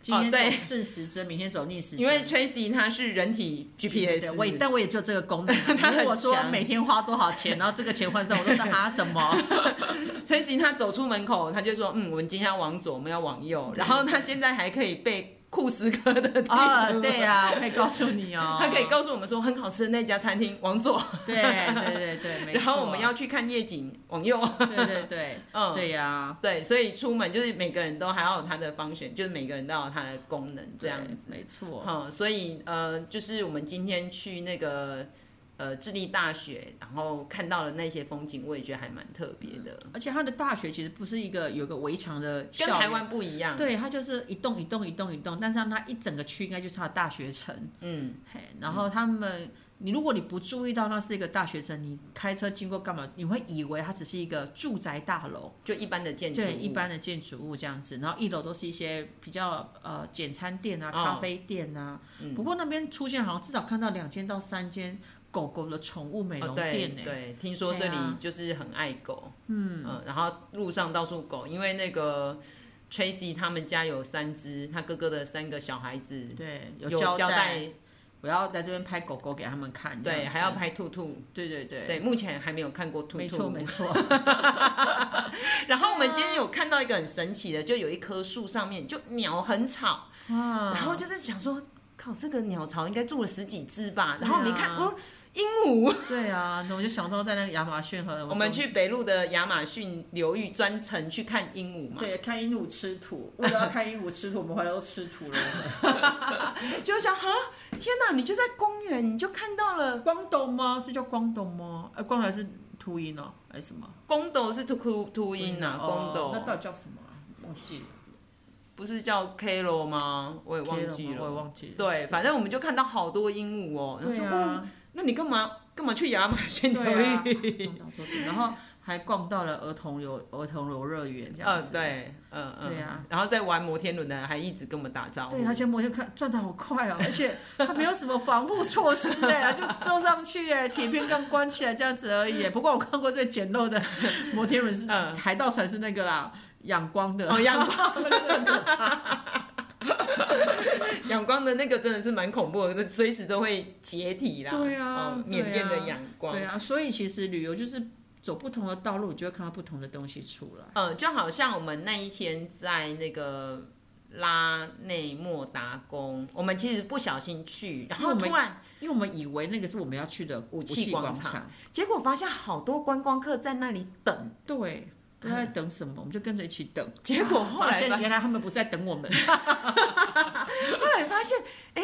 Speaker 2: 今天走
Speaker 1: 哦对
Speaker 2: 顺时针，明天走逆时针。
Speaker 1: 因为 Tracy 他是人体
Speaker 2: 对
Speaker 1: GPS，
Speaker 2: 我也但我也只有这个功能
Speaker 1: 他
Speaker 2: 啊。
Speaker 1: 很
Speaker 2: 如果说
Speaker 1: 强
Speaker 2: 每天花多少钱，然后这个钱换算，我都知道它什么。
Speaker 1: Tracy 他走出门口，他就说：“嗯，我们今天要往左，我们要往右。”然后他现在还可以背库斯科的地图
Speaker 2: 啊，对啊，我可以告诉你哦。
Speaker 1: 他可以告诉我们说很好吃的那家餐厅往左，
Speaker 2: 对对对对，没错。
Speaker 1: 然后我们要去看夜景往 右。
Speaker 2: 对对对，
Speaker 1: 嗯，
Speaker 2: 对呀、
Speaker 1: 对，所以出门就是每个人都还要有他的方选，就是每个人都要有他的功能这
Speaker 2: 这
Speaker 1: 样
Speaker 2: 样
Speaker 1: 子。
Speaker 2: 没错。
Speaker 1: 嗯，所以呃，就是我们今天去那个呃智利大学，然后看到了那些风景，我也觉得还蛮特别的，
Speaker 2: 而且它的大学其实不是一个有个围墙的校
Speaker 1: 跟
Speaker 2: 园
Speaker 1: 台湾不一样。
Speaker 2: 对，它就是一栋一栋一栋一栋，但是它一整个区应该就是它的大学城。
Speaker 1: 嗯，
Speaker 2: 嘿，然后他们，你如果你不注意到那是一个大学城，你开车经过干嘛？你会以为它只是一个住宅大楼，
Speaker 1: 就一般的建筑物，
Speaker 2: 对，一般的建筑物这样子。然后一楼都是一些比较呃简餐店啊、
Speaker 1: 哦
Speaker 2: 咖啡店啊。
Speaker 1: 嗯
Speaker 2: 不过那边出现好像至少看到两间到三间狗狗的宠物美
Speaker 1: 哦
Speaker 2: 容
Speaker 1: 对
Speaker 2: 店呢、欸
Speaker 1: 对，听说这
Speaker 2: 对
Speaker 1: 里
Speaker 2: 啊
Speaker 1: 就是很爱狗，嗯然后路上到处狗，因为那个 Tracy 他们家有三只，他哥哥的三个小孩子
Speaker 2: 对，
Speaker 1: 有
Speaker 2: 胶
Speaker 1: 胶
Speaker 2: 带，，我要在这边拍狗狗给他们看。这
Speaker 1: 对，
Speaker 2: 样
Speaker 1: 还
Speaker 2: 子
Speaker 1: 要拍兔兔，
Speaker 2: 对对对，
Speaker 1: 对，目前还没有看过兔
Speaker 2: 没错
Speaker 1: 兔。
Speaker 2: 没错，
Speaker 1: 然后我们今天有看到一个很神奇的，就有一棵树上面就鸟很吵，
Speaker 2: 啊，
Speaker 1: 然后就是想说，靠，这个鸟巢应该住了十几只吧？
Speaker 2: 对
Speaker 1: 然
Speaker 2: 啊
Speaker 1: 后你看，哦，鹦鹉。
Speaker 2: 对啊，那我就想到在那个亚马逊河，
Speaker 1: 我们去北路的亚马逊流域专程去看鹦鹉嘛，
Speaker 2: 对看鹦鹉吃土，为了要看鹦鹉吃土，我们回来都吃 土了。
Speaker 1: 就想哈，天哪，你就在公园，你就看到了
Speaker 2: 呃光懂吗？是叫光懂吗？呃，光还是秃鹰哦，还是什么？
Speaker 1: 公斗是秃秃鹰啊，
Speaker 2: 哦
Speaker 1: 公斗、
Speaker 2: 那到底叫什么啊？忘记了，
Speaker 1: 不是叫 K 罗吗？我也忘记
Speaker 2: 我也
Speaker 1: 了。
Speaker 2: 忘记了。
Speaker 1: 对，反正我们就看到好多鹦鹉哦，然后
Speaker 2: 对
Speaker 1: 说、哦，
Speaker 2: 啊，
Speaker 1: 那你干嘛干嘛去亚马逊流
Speaker 2: 对啊
Speaker 1: 域？，
Speaker 2: 然后还逛到了儿童游儿童游乐园这样
Speaker 1: 嗯，
Speaker 2: 子。
Speaker 1: 对，嗯嗯，
Speaker 2: 对啊
Speaker 1: 然后在玩摩天轮的人还一直跟我们打招呼，
Speaker 2: 对，他先摸就看转的好快 哦，而且他没有什么防护措施哎， 就坐上去哎，铁片杠关起来这样子而已哎。不过我看过最简陋的摩天轮是
Speaker 1: 嗯
Speaker 2: 海盗船是那个啦，仰光 的。
Speaker 1: 哦，阳光， 阳光的那个真的是蛮恐怖的，随时都会解体啦。
Speaker 2: 对啊
Speaker 1: 哦
Speaker 2: 对啊
Speaker 1: 缅甸的阳光。
Speaker 2: 对啊，所以其实旅游就是走不同的道路，你就会看到不同的东西出来。
Speaker 1: 呃，就好像我们那一天在那个拉内莫达宫，我们其实不小心去，然后
Speaker 2: 嗯因为我们
Speaker 1: 突然
Speaker 2: 因为我们以为那个是我们要去的
Speaker 1: 武器
Speaker 2: 器
Speaker 1: 广场
Speaker 2: 场，
Speaker 1: 结果发现好多观光客在那里等，
Speaker 2: 对，都在等什么，我们就跟着一起等。
Speaker 1: 结 果嗯后
Speaker 2: 发
Speaker 1: 来
Speaker 2: 现
Speaker 1: 发嗯
Speaker 2: 原来他们不是在等我们，
Speaker 1: 后来发现，哎、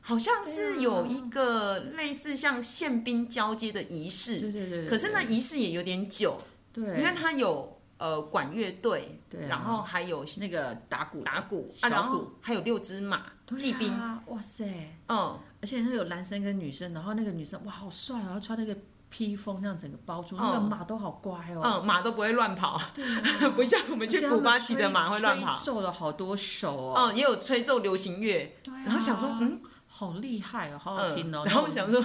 Speaker 1: 好像
Speaker 2: 啊
Speaker 1: 是有一个类似像宪兵交接的仪
Speaker 2: 对
Speaker 1: 式，
Speaker 2: 对对对
Speaker 1: 可是那仪式也有点久，
Speaker 2: 对，
Speaker 1: 因为它有呃管乐队，
Speaker 2: 对啊
Speaker 1: 然后还有
Speaker 2: 那个打鼓
Speaker 1: 打鼓，
Speaker 2: 小
Speaker 1: 啊、然
Speaker 2: 鼓
Speaker 1: 后还有六只马、
Speaker 2: 对
Speaker 1: 骑兵，
Speaker 2: 啊，哇塞！
Speaker 1: 嗯，
Speaker 2: 而且他有男生跟女生，然后那个女生哇好帅哦，然后穿那个披风那样整个包住，那个
Speaker 1: 嗯
Speaker 2: 马都好乖哦。
Speaker 1: 嗯，马都不会乱跑，
Speaker 2: 对啊
Speaker 1: 不像我们去古巴骑的马会乱跑。
Speaker 2: 皱了好多手哦。
Speaker 1: 哦，也有吹奏流行乐，
Speaker 2: 对啊
Speaker 1: 然后想说，嗯，
Speaker 2: 好厉害哦，好好听
Speaker 1: 嗯，
Speaker 2: 哦。
Speaker 1: 然后想说，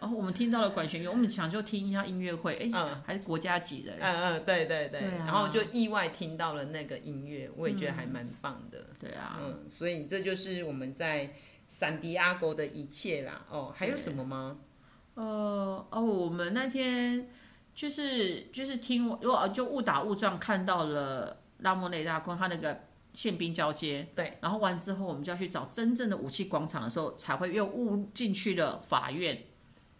Speaker 2: 然后我们听到了管弦乐，我们想就听一下音乐会，哎、
Speaker 1: 嗯
Speaker 2: 还是国家级的
Speaker 1: 嗯。嗯，对对对，
Speaker 2: 对啊
Speaker 1: 然后就意外听到了那个音乐，我也觉得还蛮棒的。
Speaker 2: 对啊，
Speaker 1: 嗯，所以这就是我们在散迪阿哥的一切啦。哦，还有什么吗？
Speaker 2: 呃，哦，我们那天就是就是听我我就误打误撞看到了拉莫内大公他那个宪兵交接，
Speaker 1: 对，
Speaker 2: 然后完之后我们就要去找真正的武器广场的时候，才会又误进去了法院。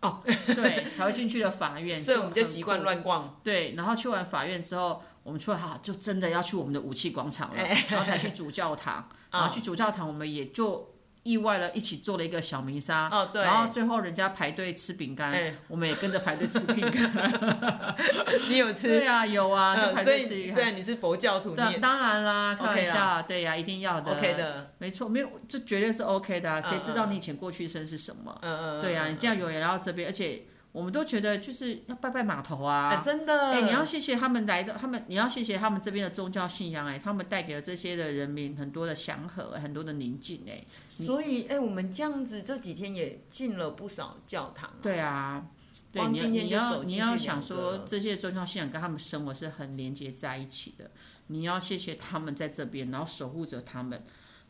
Speaker 1: 哦，
Speaker 2: 对， 才会进去了法院，
Speaker 1: 所以我们就习惯
Speaker 2: 很酷
Speaker 1: 乱逛。
Speaker 2: 对，然后去完法院之后，我们出来哈、就真的要去我们的武器广 场了，然后才去主教堂，
Speaker 1: 啊
Speaker 2: 然后去主教堂，我们也就意外了，一起做了一个小弥撒。
Speaker 1: 哦，对，
Speaker 2: 然后最后人家排队吃饼干，
Speaker 1: 哎
Speaker 2: 我们也跟着排队吃饼干。
Speaker 1: 你有吃？
Speaker 2: 对啊，有啊，就
Speaker 1: 嗯，
Speaker 2: 排
Speaker 1: 所
Speaker 2: 队
Speaker 1: 以
Speaker 2: 吃
Speaker 1: 虽
Speaker 2: 饼干。
Speaker 1: 然你是佛教徒，你
Speaker 2: 当
Speaker 1: 也
Speaker 2: 当然啦，开
Speaker 1: OK
Speaker 2: 玩
Speaker 1: 啦
Speaker 2: 笑，啊对呀、一定要的
Speaker 1: OK 的。
Speaker 2: 没错，没有，这绝对是 OK 的、啊。
Speaker 1: 嗯
Speaker 2: 谁知道
Speaker 1: 嗯
Speaker 2: 你以前过去生是什么？
Speaker 1: 嗯嗯，嗯
Speaker 2: 对呀、你这样有也来到这边，而且我们都觉得就是要拜拜码头啊，
Speaker 1: 哎，真的，
Speaker 2: 哎、你要谢谢他们来的，他们你要谢谢他们这边的宗教信仰、哎，他们带给了这些的人民很多的祥和，很多的宁静、哎，
Speaker 1: 所以哎、我们这样子这几天也进了不少教堂、啊。
Speaker 2: 对啊，对，
Speaker 1: 光
Speaker 2: 你要
Speaker 1: 今天
Speaker 2: 你
Speaker 1: 就
Speaker 2: 要
Speaker 1: 走进
Speaker 2: 你
Speaker 1: 去
Speaker 2: 要
Speaker 1: 两
Speaker 2: 想
Speaker 1: 个
Speaker 2: 说
Speaker 1: 了
Speaker 2: 这些宗教信仰跟他们生活是很连接在一起的，你要谢谢他们在这边，然后守护着他们。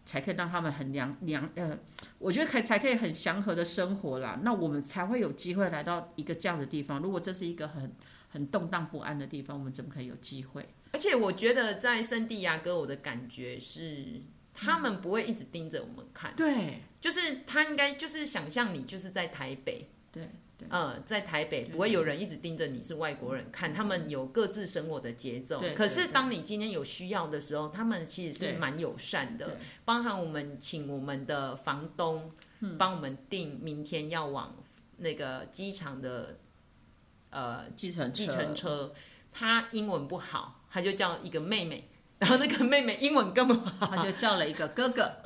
Speaker 2: 才可以让他们很良良呃，我觉得可以才可以很祥和的生活啦。那我们才会有机会来到一个这样的地方。如果这是一个很很动荡不安的地方，我们怎么可以有机会？
Speaker 1: 而且我觉得在圣地亚哥，我的感觉是。他们不会一直盯着我们看，
Speaker 2: 对
Speaker 1: 就是他应该就是想象你就是在台北，
Speaker 2: 对对
Speaker 1: 呃，在台北不会有人一直盯着你是外国人看，他们有各自生活的节奏
Speaker 2: 对。
Speaker 1: 可
Speaker 2: 对
Speaker 1: 是
Speaker 2: 对
Speaker 1: 当你今天有需要的时候，他们其实是
Speaker 2: 对
Speaker 1: 蛮友善的
Speaker 2: 对，
Speaker 1: 包含我们请我们的房东
Speaker 2: 嗯
Speaker 1: 帮我们订明天要往那个机场的呃
Speaker 2: 计程
Speaker 1: 计程车，
Speaker 2: 嗯
Speaker 1: 他英文不好，他就叫一个妹妹。 然后那个妹妹英文更不好，
Speaker 2: 他就叫了一个哥哥，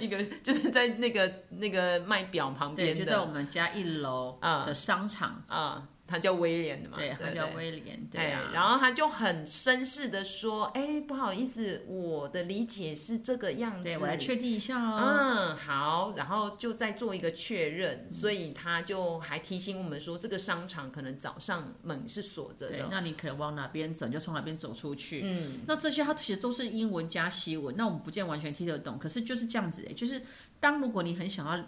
Speaker 1: 一个就是在那个那个卖表旁
Speaker 2: 对，
Speaker 1: 边
Speaker 2: 就在我
Speaker 1: 的
Speaker 2: 们家一楼
Speaker 1: 啊
Speaker 2: 的商场，
Speaker 1: 啊，他叫威廉的嘛，
Speaker 2: 对，他叫
Speaker 1: 对
Speaker 2: 威廉，
Speaker 1: 哎
Speaker 2: 对啊，
Speaker 1: 然后他就很绅士的说：“哎，不好意思，我的理解是这个样子。”
Speaker 2: 对我来确定一下哦，
Speaker 1: 嗯，好，然后就再做一个确
Speaker 2: 嗯
Speaker 1: 认，所以他就还提醒我们说，这个商场可能早上门是锁着
Speaker 2: 对，
Speaker 1: 的。
Speaker 2: 那你可能往哪边走，你就从哪边走出去。
Speaker 1: 嗯，
Speaker 2: 那这些它其实都是英文加西文，那我们不见完全听得懂，可是就是这样子、哎，就是当如果你很想要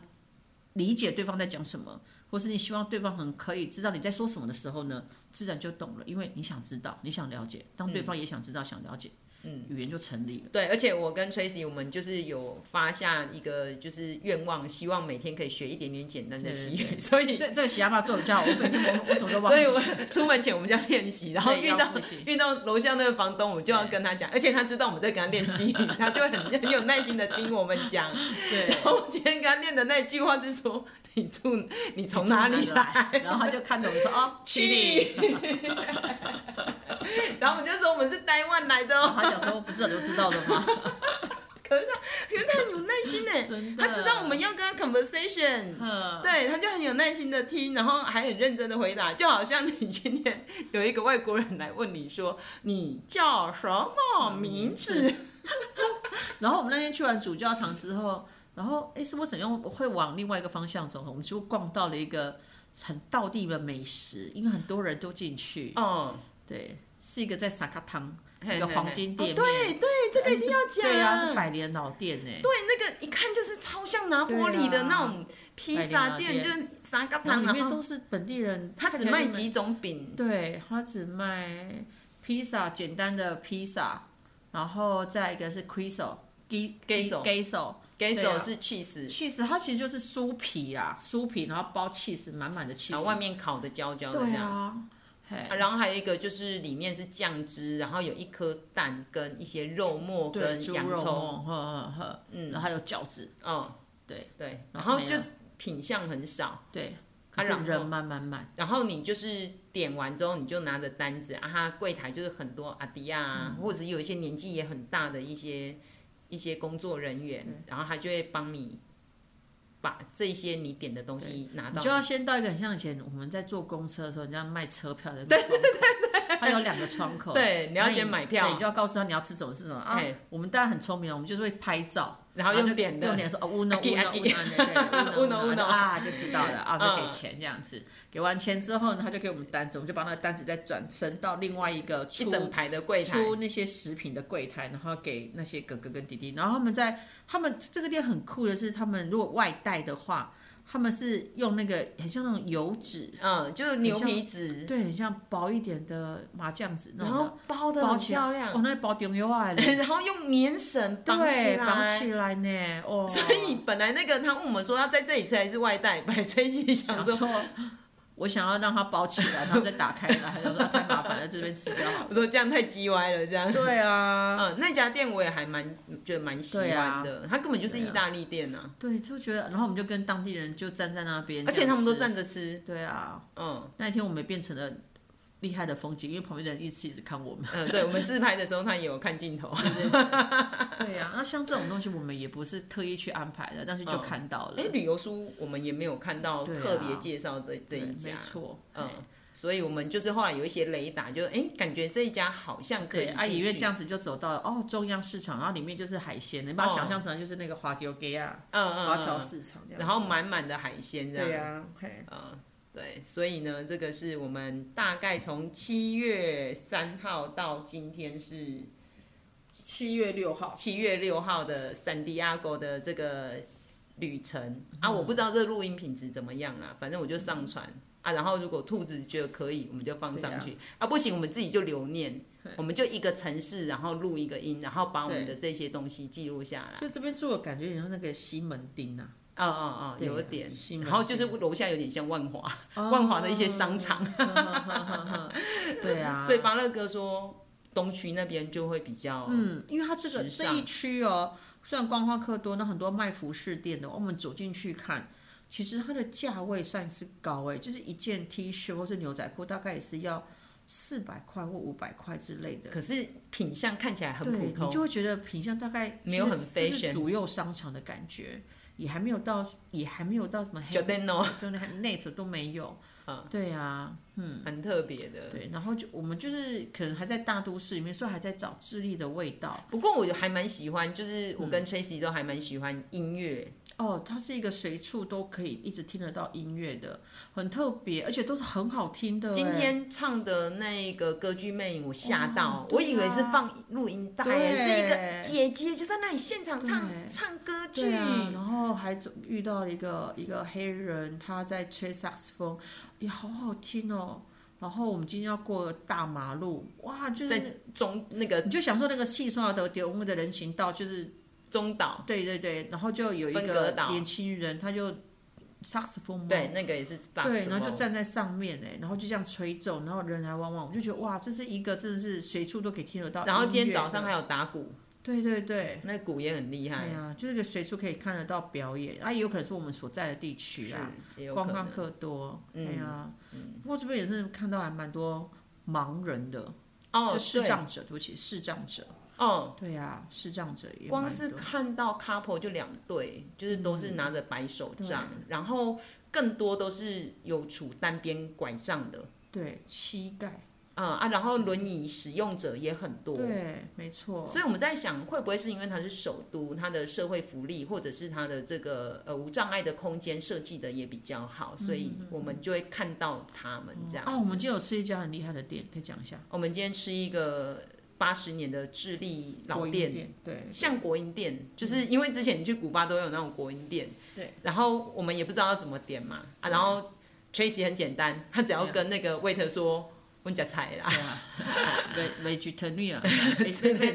Speaker 2: 理解对方在讲什么，或是你希望对方很可以知道你在说什么的时候呢，自然就懂了，因为你想知道，你想了解，当对方也想知道、想了解，嗯，语言就成立了。
Speaker 1: 对，而且我跟 Tracy 我们就是有发下一个就是愿望，希望每天可以学一点点简单的西
Speaker 2: 对对
Speaker 1: 语，所以
Speaker 2: 这这个喜亚巴做的教我每天我我什么都忘
Speaker 1: 所
Speaker 2: 记
Speaker 1: 以。我出门前我们就要练习，然后
Speaker 2: 对
Speaker 1: 遇
Speaker 2: 要
Speaker 1: 到
Speaker 2: 复习
Speaker 1: 遇到楼下那个房东，我就要跟他讲，而且他知道我们在跟他练习， 他就会很很有耐心的听我们 讲。
Speaker 2: 对
Speaker 1: 然后我今天跟他练的那句话是说：“你住你从哪里来？”
Speaker 2: 然后他就看着我们说：“哦，
Speaker 1: 去
Speaker 2: 七里。
Speaker 1: 然后我就说我们是台湾来的”哦，
Speaker 2: 他想说：“不是早就知道了 吗
Speaker 1: 可是他可是他很有耐心呢
Speaker 2: 真，的
Speaker 1: 他知道我们要跟他 conversation，？”
Speaker 2: 嗯
Speaker 1: 对，他就很有耐心的听，然后还很认真的回答，就好像你今天有一个外国人来问你说你叫什么名字，
Speaker 2: 然后我们那天去完主教堂之后，然后哎，是我怎样会往另外一个方向走？我们就逛到了一个很道地的美食，因为很多人都进去。
Speaker 1: 哦，
Speaker 2: 对，是一个在萨卡汤
Speaker 1: 嘿
Speaker 2: 一个
Speaker 1: 嘿
Speaker 2: 黄
Speaker 1: 嘿
Speaker 2: 金
Speaker 1: 哦
Speaker 2: 店面。
Speaker 1: 对对，这个一定要讲，
Speaker 2: 对啊，是百年老店呢。
Speaker 1: 对，那个一看就是超像拿坡里
Speaker 2: 对
Speaker 1: 的
Speaker 2: 啊
Speaker 1: 那种披萨啊店，
Speaker 2: 百
Speaker 1: 就
Speaker 2: 年
Speaker 1: 是沙嘎
Speaker 2: 然后
Speaker 1: 汤，
Speaker 2: 里
Speaker 1: 然
Speaker 2: 面
Speaker 1: 后
Speaker 2: 都是本地人，
Speaker 1: 他
Speaker 2: 看
Speaker 1: 只
Speaker 2: 起来
Speaker 1: 卖
Speaker 2: 就
Speaker 1: 几种饼，
Speaker 2: 对，它只卖披萨，简单的披萨，然后再来一个是 queso。鸡
Speaker 1: Queso
Speaker 2: 鸡手，
Speaker 1: 哦给
Speaker 2: 对
Speaker 1: 手
Speaker 2: 啊
Speaker 1: 是 cheese，
Speaker 2: 气死它其实就是酥皮啊，酥皮，然后包气死满满的气
Speaker 1: 然
Speaker 2: 死
Speaker 1: 后，外面烤的焦焦的这
Speaker 2: 对
Speaker 1: 样。
Speaker 2: 啊，嘿，
Speaker 1: 啊然后还有一个就是里面是酱汁，然后有一颗蛋跟一些肉哦末
Speaker 2: 对，
Speaker 1: 跟
Speaker 2: 猪
Speaker 1: 洋
Speaker 2: 肉
Speaker 1: 葱，
Speaker 2: 末，呵呵呵，嗯，然后还有饺子，
Speaker 1: 哦，
Speaker 2: 对
Speaker 1: 对，然
Speaker 2: 然后
Speaker 1: 后就
Speaker 2: 没了
Speaker 1: 品相很少，
Speaker 2: 对，可
Speaker 1: 啊
Speaker 2: 是
Speaker 1: 然后
Speaker 2: 人满满满，
Speaker 1: 然后你就是点完之后你就拿着单子啊，他柜台就是很多阿迪亚、
Speaker 2: 嗯
Speaker 1: 啊，或者有一些年纪也很大的一些一些工作人员，然后他就会帮你把这些你点的东西拿
Speaker 2: 你
Speaker 1: 到
Speaker 2: 就要先到一个很像以前我们在坐公车的时候，人家卖车票的那个窗口，它有两个窗口，
Speaker 1: 对你要
Speaker 2: 那
Speaker 1: 先买
Speaker 2: 对
Speaker 1: 票
Speaker 2: 你就要告诉他你要吃什么吃什么啊
Speaker 1: 嘿。
Speaker 2: 我们当然很聪明啊，我们就是会拍照，
Speaker 1: 然后用
Speaker 2: 就
Speaker 1: 点的
Speaker 2: 用点说哦乌诺
Speaker 1: 啊
Speaker 2: 乌
Speaker 1: 给
Speaker 2: 诺
Speaker 1: 啊给
Speaker 2: 乌诺
Speaker 1: Uno，Uno
Speaker 2: 啊，就知道了啊，就给
Speaker 1: 嗯
Speaker 2: 钱这样子。给完钱之后呢，他就给我们单子，我们就把那个单子再转身到另外一个
Speaker 1: 一
Speaker 2: 出
Speaker 1: 整排的柜台，
Speaker 2: 出那些食品的柜台，然后给那些哥哥跟弟弟，然后他们在他们这个店很酷的是，他们如果外带的话，他们是用那个很像那种油纸，
Speaker 1: 嗯，就是牛皮纸，
Speaker 2: 对，很像薄一点的麻酱纸那
Speaker 1: 然
Speaker 2: 种的
Speaker 1: 后，包的
Speaker 2: 包
Speaker 1: 很
Speaker 2: 起
Speaker 1: 漂
Speaker 2: 来，哦
Speaker 1: 亮，，
Speaker 2: 那包丢牛外嘞，
Speaker 1: 然后用棉绳绑起
Speaker 2: 对，绑
Speaker 1: 来。
Speaker 2: 起来呢，哦，
Speaker 1: 所以本来那个他问我们说要在这里吃还是外带，本来崔西想
Speaker 2: 想
Speaker 1: 说，
Speaker 2: 说。我想要让它包起来，然后再打开来，还有说啊太麻烦了，这边吃掉好了。
Speaker 1: 我说这样太叽歪了，这样。
Speaker 2: 对啊，
Speaker 1: 嗯，那家店我也还蛮觉得蛮喜欢的，它根本就是意大利店呐、
Speaker 2: 对，就觉得，然后我们就跟当地人就站在那边，
Speaker 1: 而且他们都
Speaker 2: 这
Speaker 1: 站
Speaker 2: 样
Speaker 1: 着吃
Speaker 2: 啊吃。，对啊，
Speaker 1: 嗯
Speaker 2: 那一天我们也变成了厉害的风景，因为旁边的人一直一直看我们。
Speaker 1: 嗯，对我们自拍的时候他也有看镜头，
Speaker 2: 对呀、啊，那像这种东西我们也不是特意去安排的，但是就看到了。
Speaker 1: 哎、旅游书我们也没有看到
Speaker 2: 对啊
Speaker 1: 特别介绍的这
Speaker 2: 对
Speaker 1: 一
Speaker 2: 没
Speaker 1: 家，
Speaker 2: 错，
Speaker 1: 嗯
Speaker 2: 哎，
Speaker 1: 所以我们就是后来有一些雷达，就哎、诶感觉这一家好像可以
Speaker 2: 对，
Speaker 1: 进去。
Speaker 2: 啊，因为这样子就走到了哦中央市场，然后里面就是海鲜，你把它
Speaker 1: 哦
Speaker 2: 想象成就是那个华侨街啊，
Speaker 1: 嗯，嗯
Speaker 2: 华
Speaker 1: 嗯
Speaker 2: 侨市场这样子。
Speaker 1: 然后满满的海鲜这样。
Speaker 2: 对呀、嘿
Speaker 1: 呃，对，所以呢，这个是我们大概从七月三号到今天是
Speaker 2: 七月六号，
Speaker 1: 七月六号的圣地亚哥的这个旅程啊，我不知道这录音品质怎么样啦，反正我就上传啊，然后如果兔子觉得可以，我们就放上去啊，不行我们自己就留念，我们就一个城市，然后录一个音，然后把我们的这些东西记录下来。
Speaker 2: 所以这边住的感觉有点像那个西门町
Speaker 1: 哦
Speaker 2: 啊，
Speaker 1: 哦哦，
Speaker 2: 对啊
Speaker 1: 有一点
Speaker 2: 西，门
Speaker 1: 然后就是楼下有点像万华，
Speaker 2: 啊哦
Speaker 1: 万华的一些商场。
Speaker 2: 对啊，
Speaker 1: 所以巴乐哥说，东区那边就会比较，
Speaker 2: 嗯，因为它这个
Speaker 1: 时
Speaker 2: 这
Speaker 1: 尚
Speaker 2: 一区哦，虽然观光客多，那很多卖服饰店的，我们走进去看，其实它的价位算是高哎，就是一件 T 恤或是牛仔裤，大概也是要四百块或五百块之类的。
Speaker 1: 可是品相看起来很普
Speaker 2: 对，你
Speaker 1: 通，
Speaker 2: 就会觉得品相大概
Speaker 1: 没有很
Speaker 2: 就是就是
Speaker 1: fashion
Speaker 2: 主右商场的感觉，也还没有到，也还没有到什 么
Speaker 1: j o r
Speaker 2: 黑
Speaker 1: d a n o
Speaker 2: 就那 net 都没有。
Speaker 1: 嗯
Speaker 2: 对啊，
Speaker 1: 蛮特别的。
Speaker 2: 对，然后就我们就是可能还在大都市里面，所以还在找智利的味道。
Speaker 1: 不过我还蛮喜欢，就是我
Speaker 2: 嗯
Speaker 1: 跟 Tracy 都还蛮喜欢音乐，
Speaker 2: 哦，它是一个随处都可以一直听得到音乐的，很特别，而且都是很好听的欸。
Speaker 1: 今天唱的那个歌剧魅影，我吓到
Speaker 2: 哇，对啊
Speaker 1: 我以为是放录音带，
Speaker 2: 对
Speaker 1: 是一个姐姐就在那里现场唱
Speaker 2: 对
Speaker 1: 唱歌剧
Speaker 2: 对，啊，然后还走遇到了一个一个黑人，他在吹萨克斯风，也好好听哦。然后我们今天要过大马路，哇，就是
Speaker 1: 在中那个
Speaker 2: 你就想说那个细刷的德我们的人行道，就是
Speaker 1: 中岛，
Speaker 2: 对对对，然后就有一
Speaker 1: 分隔
Speaker 2: 个
Speaker 1: 岛
Speaker 2: 年轻人，他就萨克斯风嘛，
Speaker 1: 对，那个也是
Speaker 2: 嗯对，
Speaker 1: saxophone
Speaker 2: 然后就站在上面哎，然后就这样吹奏，然后人来汪汪，我就觉得哇，这是一个真的是随处都可以听得到音乐的。
Speaker 1: 然后今天早上还有打鼓，
Speaker 2: 对对对，
Speaker 1: 那鼓也很厉害
Speaker 2: 哎，呀，就是一个随处可以看得到表演，啊，也有可能是我们所在的地区
Speaker 1: 是
Speaker 2: 啦，
Speaker 1: 啊也有可
Speaker 2: 观
Speaker 1: 能
Speaker 2: 光。客多，
Speaker 1: 嗯
Speaker 2: 哎呀，不过这边也是看到还蛮多盲人的，
Speaker 1: 哦，
Speaker 2: 就视
Speaker 1: 对，
Speaker 2: 障者，对不起，视障者，
Speaker 1: 哦，
Speaker 2: 对呀、视障者也
Speaker 1: 光
Speaker 2: 蛮
Speaker 1: 是
Speaker 2: 多嗯
Speaker 1: 看到 couple 就两对，就是都是拿着白手杖，
Speaker 2: 对
Speaker 1: 然后更多都是有杵单边拐杖的，
Speaker 2: 对膝盖，
Speaker 1: 嗯啊，然后轮椅使用者也很多。
Speaker 2: 对，没错，
Speaker 1: 所以我们在想，会不会是因为它是首都，它的社会福利或者是它的这个呃无障碍的空间设计的也比较好，
Speaker 2: 嗯
Speaker 1: 所以我们就会看到他们这样。
Speaker 2: 啊，我们今天有吃一家很厉害的店，可以讲一下
Speaker 1: 我们今天吃一个八十年的智利老
Speaker 2: 国营
Speaker 1: 店，
Speaker 2: 店，对，
Speaker 1: 像国营店，就是因为之前你去古巴都有那种国营店，
Speaker 2: 对，
Speaker 1: 然后我们也不知道要怎么点嘛，啊，然后 Tracy 很简单，他只要跟那个 waiter 说，我们加 菜啦，
Speaker 2: 对啊 ve-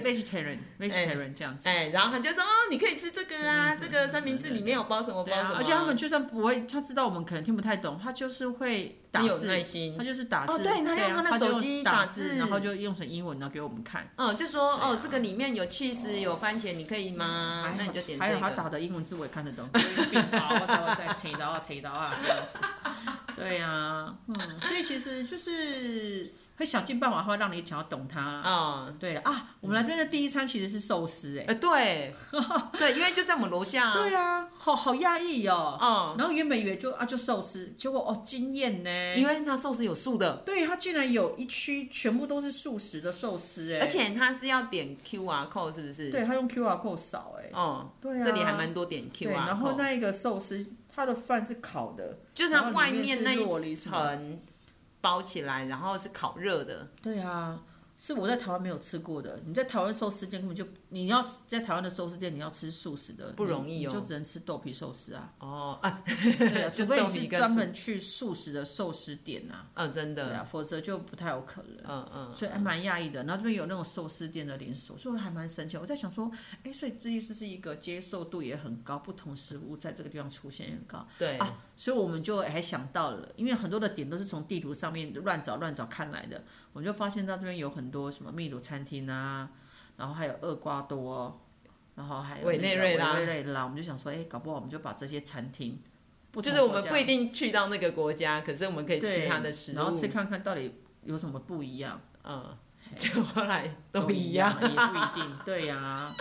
Speaker 2: ，vegetarian，vegetarian，vegetarian 这样子。
Speaker 1: 哎，然后他就说，哦，你可以吃这个啊，
Speaker 2: 嗯
Speaker 1: 这个三明治里面有包什么包
Speaker 2: 对
Speaker 1: 什
Speaker 2: 啊
Speaker 1: 么，
Speaker 2: 而且他们就算不会，他知道我们可能听不太懂，他就是会打
Speaker 1: 很有
Speaker 2: 字
Speaker 1: 耐，心
Speaker 2: 他，就是打
Speaker 1: 哦
Speaker 2: 字，啊
Speaker 1: 对他
Speaker 2: 他
Speaker 1: 用他的手机
Speaker 2: 打
Speaker 1: 打字
Speaker 2: 然后就用成英文，然后给我们看。
Speaker 1: 嗯，就说，
Speaker 2: 对啊嗯
Speaker 1: 哦，这个里面有 cheese 有番茄，你可以吗
Speaker 2: 还？
Speaker 1: 啊那
Speaker 2: 好
Speaker 1: 你就点
Speaker 2: 哎还
Speaker 1: 这
Speaker 2: 有他
Speaker 1: 个。
Speaker 2: 打的英文字我也看得 懂，好，我再我再切 刀啊，切刀啊，这样子。对呀、啊，嗯，所以其实就是会想尽办法会让你想要懂它啦。
Speaker 1: 啊，
Speaker 2: 对了啊，我们来这边的第一餐其实是寿司、哎、
Speaker 1: 呃， 对，对，因为就在我们楼下啊。
Speaker 2: 对啊，好好讶异哦。
Speaker 1: 嗯，
Speaker 2: 然后原本以为就啊就寿司，结果哦惊艳呢，
Speaker 1: 因为那寿司有素的，
Speaker 2: 对它竟然有一区全部都是素食的寿司、哎，
Speaker 1: 而且它是要点 QR code 是不是？，
Speaker 2: 对它用 QR code 扫、哎，
Speaker 1: 哦，
Speaker 2: 对啊
Speaker 1: 这里还蛮多点啊
Speaker 2: 对，
Speaker 1: QR code，
Speaker 2: 然后那一个寿司，它的饭是烤的，
Speaker 1: 就是
Speaker 2: 然
Speaker 1: 它
Speaker 2: 后
Speaker 1: 外
Speaker 2: 里
Speaker 1: 面那
Speaker 2: 是洛梨
Speaker 1: 一
Speaker 2: 什么的
Speaker 1: 层包起来，然后是烤热的，
Speaker 2: 对啊，是我在台湾没有吃过的。你在台湾寿司店根本就，你要在台湾的寿司店，你要吃素食的
Speaker 1: 不容易哦
Speaker 2: 你你就只能吃豆皮寿司啊。
Speaker 1: 哦啊，
Speaker 2: 对 啊，除
Speaker 1: 就
Speaker 2: 非
Speaker 1: 豆
Speaker 2: 你
Speaker 1: 皮
Speaker 2: 是
Speaker 1: 跟
Speaker 2: 专
Speaker 1: 素
Speaker 2: 门去素食的寿司店啊，
Speaker 1: 嗯，真
Speaker 2: 对啊，
Speaker 1: 的，
Speaker 2: 否则就不太有可能。
Speaker 1: 嗯嗯，
Speaker 2: 所以还蛮讶异的，然后这边有那种寿司店的连锁，所以我还蛮神奇。我在想说，哎，所以这意思是一个接受度也很高，不同食物在这个地方出现也很高。
Speaker 1: 对，
Speaker 2: 啊，所以我们就还想到了，因为很多的点都是从地图上面乱找乱找看来的，我们就发现到这边有很多什么秘鲁餐厅啊，然后还有厄瓜多，然后还有
Speaker 1: 委
Speaker 2: 那
Speaker 1: 内
Speaker 2: 个
Speaker 1: 瑞拉
Speaker 2: 委内瑞拉，我们就想说，哎、搞不好我们就把这些餐厅，不
Speaker 1: 就
Speaker 2: 同
Speaker 1: 是我
Speaker 2: 国
Speaker 1: 们
Speaker 2: 家
Speaker 1: 不一定去到那个国家，可是我们可以吃
Speaker 2: 对
Speaker 1: 它的食物，
Speaker 2: 然后吃看看到底有什么不一样，
Speaker 1: 嗯，就后来都
Speaker 2: 一
Speaker 1: 一样，
Speaker 2: 也不一定，对呀、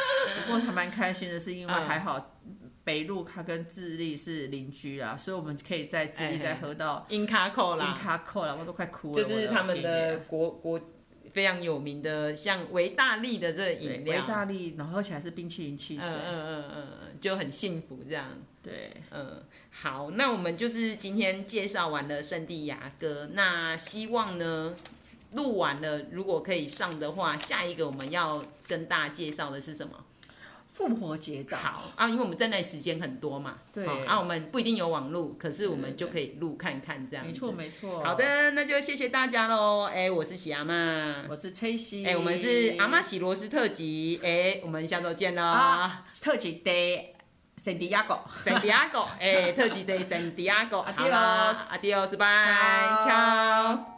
Speaker 2: 不过还蛮开心的是，因为
Speaker 1: 嗯
Speaker 2: 还好。北路它跟智利是邻居啊，所以我们可以在智
Speaker 1: 哎
Speaker 2: 利
Speaker 1: 嘿
Speaker 2: 再喝到
Speaker 1: 英卡扣
Speaker 2: 印
Speaker 1: 啦，
Speaker 2: 卡扣了，我都快哭了。
Speaker 1: 就是他们
Speaker 2: 我
Speaker 1: 的
Speaker 2: 天
Speaker 1: 国国非常有名的，像维大利的这个
Speaker 2: 爷啊
Speaker 1: 饮
Speaker 2: 对，
Speaker 1: 料
Speaker 2: 维，大利，然后喝起来是冰淇淋汽
Speaker 1: 嗯
Speaker 2: 水。
Speaker 1: 嗯嗯嗯嗯，就很幸福这样。
Speaker 2: 对，
Speaker 1: 嗯，好，那我们就是今天介绍完了圣地亚哥，那希望呢录完了，如果可以上的话，下一个我们要跟大家介绍的是什么？
Speaker 2: 复活节岛。
Speaker 1: 好啊，因为我们在那里时间很多嘛，
Speaker 2: 对
Speaker 1: 好啊，我们不一定有网路，可是我
Speaker 2: 对
Speaker 1: 们
Speaker 2: 对
Speaker 1: 就可以录看看这样
Speaker 2: 没
Speaker 1: 子
Speaker 2: 错没错。
Speaker 1: 嗯好，的，那就谢谢大家喽。哎、我是喜阿妈。
Speaker 2: 我是崔西。
Speaker 1: 哎、我们是阿妈喜罗斯特辑。哎、我们下周见喽。
Speaker 2: 啊，特级的圣地亚哥。
Speaker 1: 圣地亚哥，哎，特辑对圣地亚哥，
Speaker 2: Adios
Speaker 1: 好啦，Adios，拜，
Speaker 2: Ciao
Speaker 1: Ciao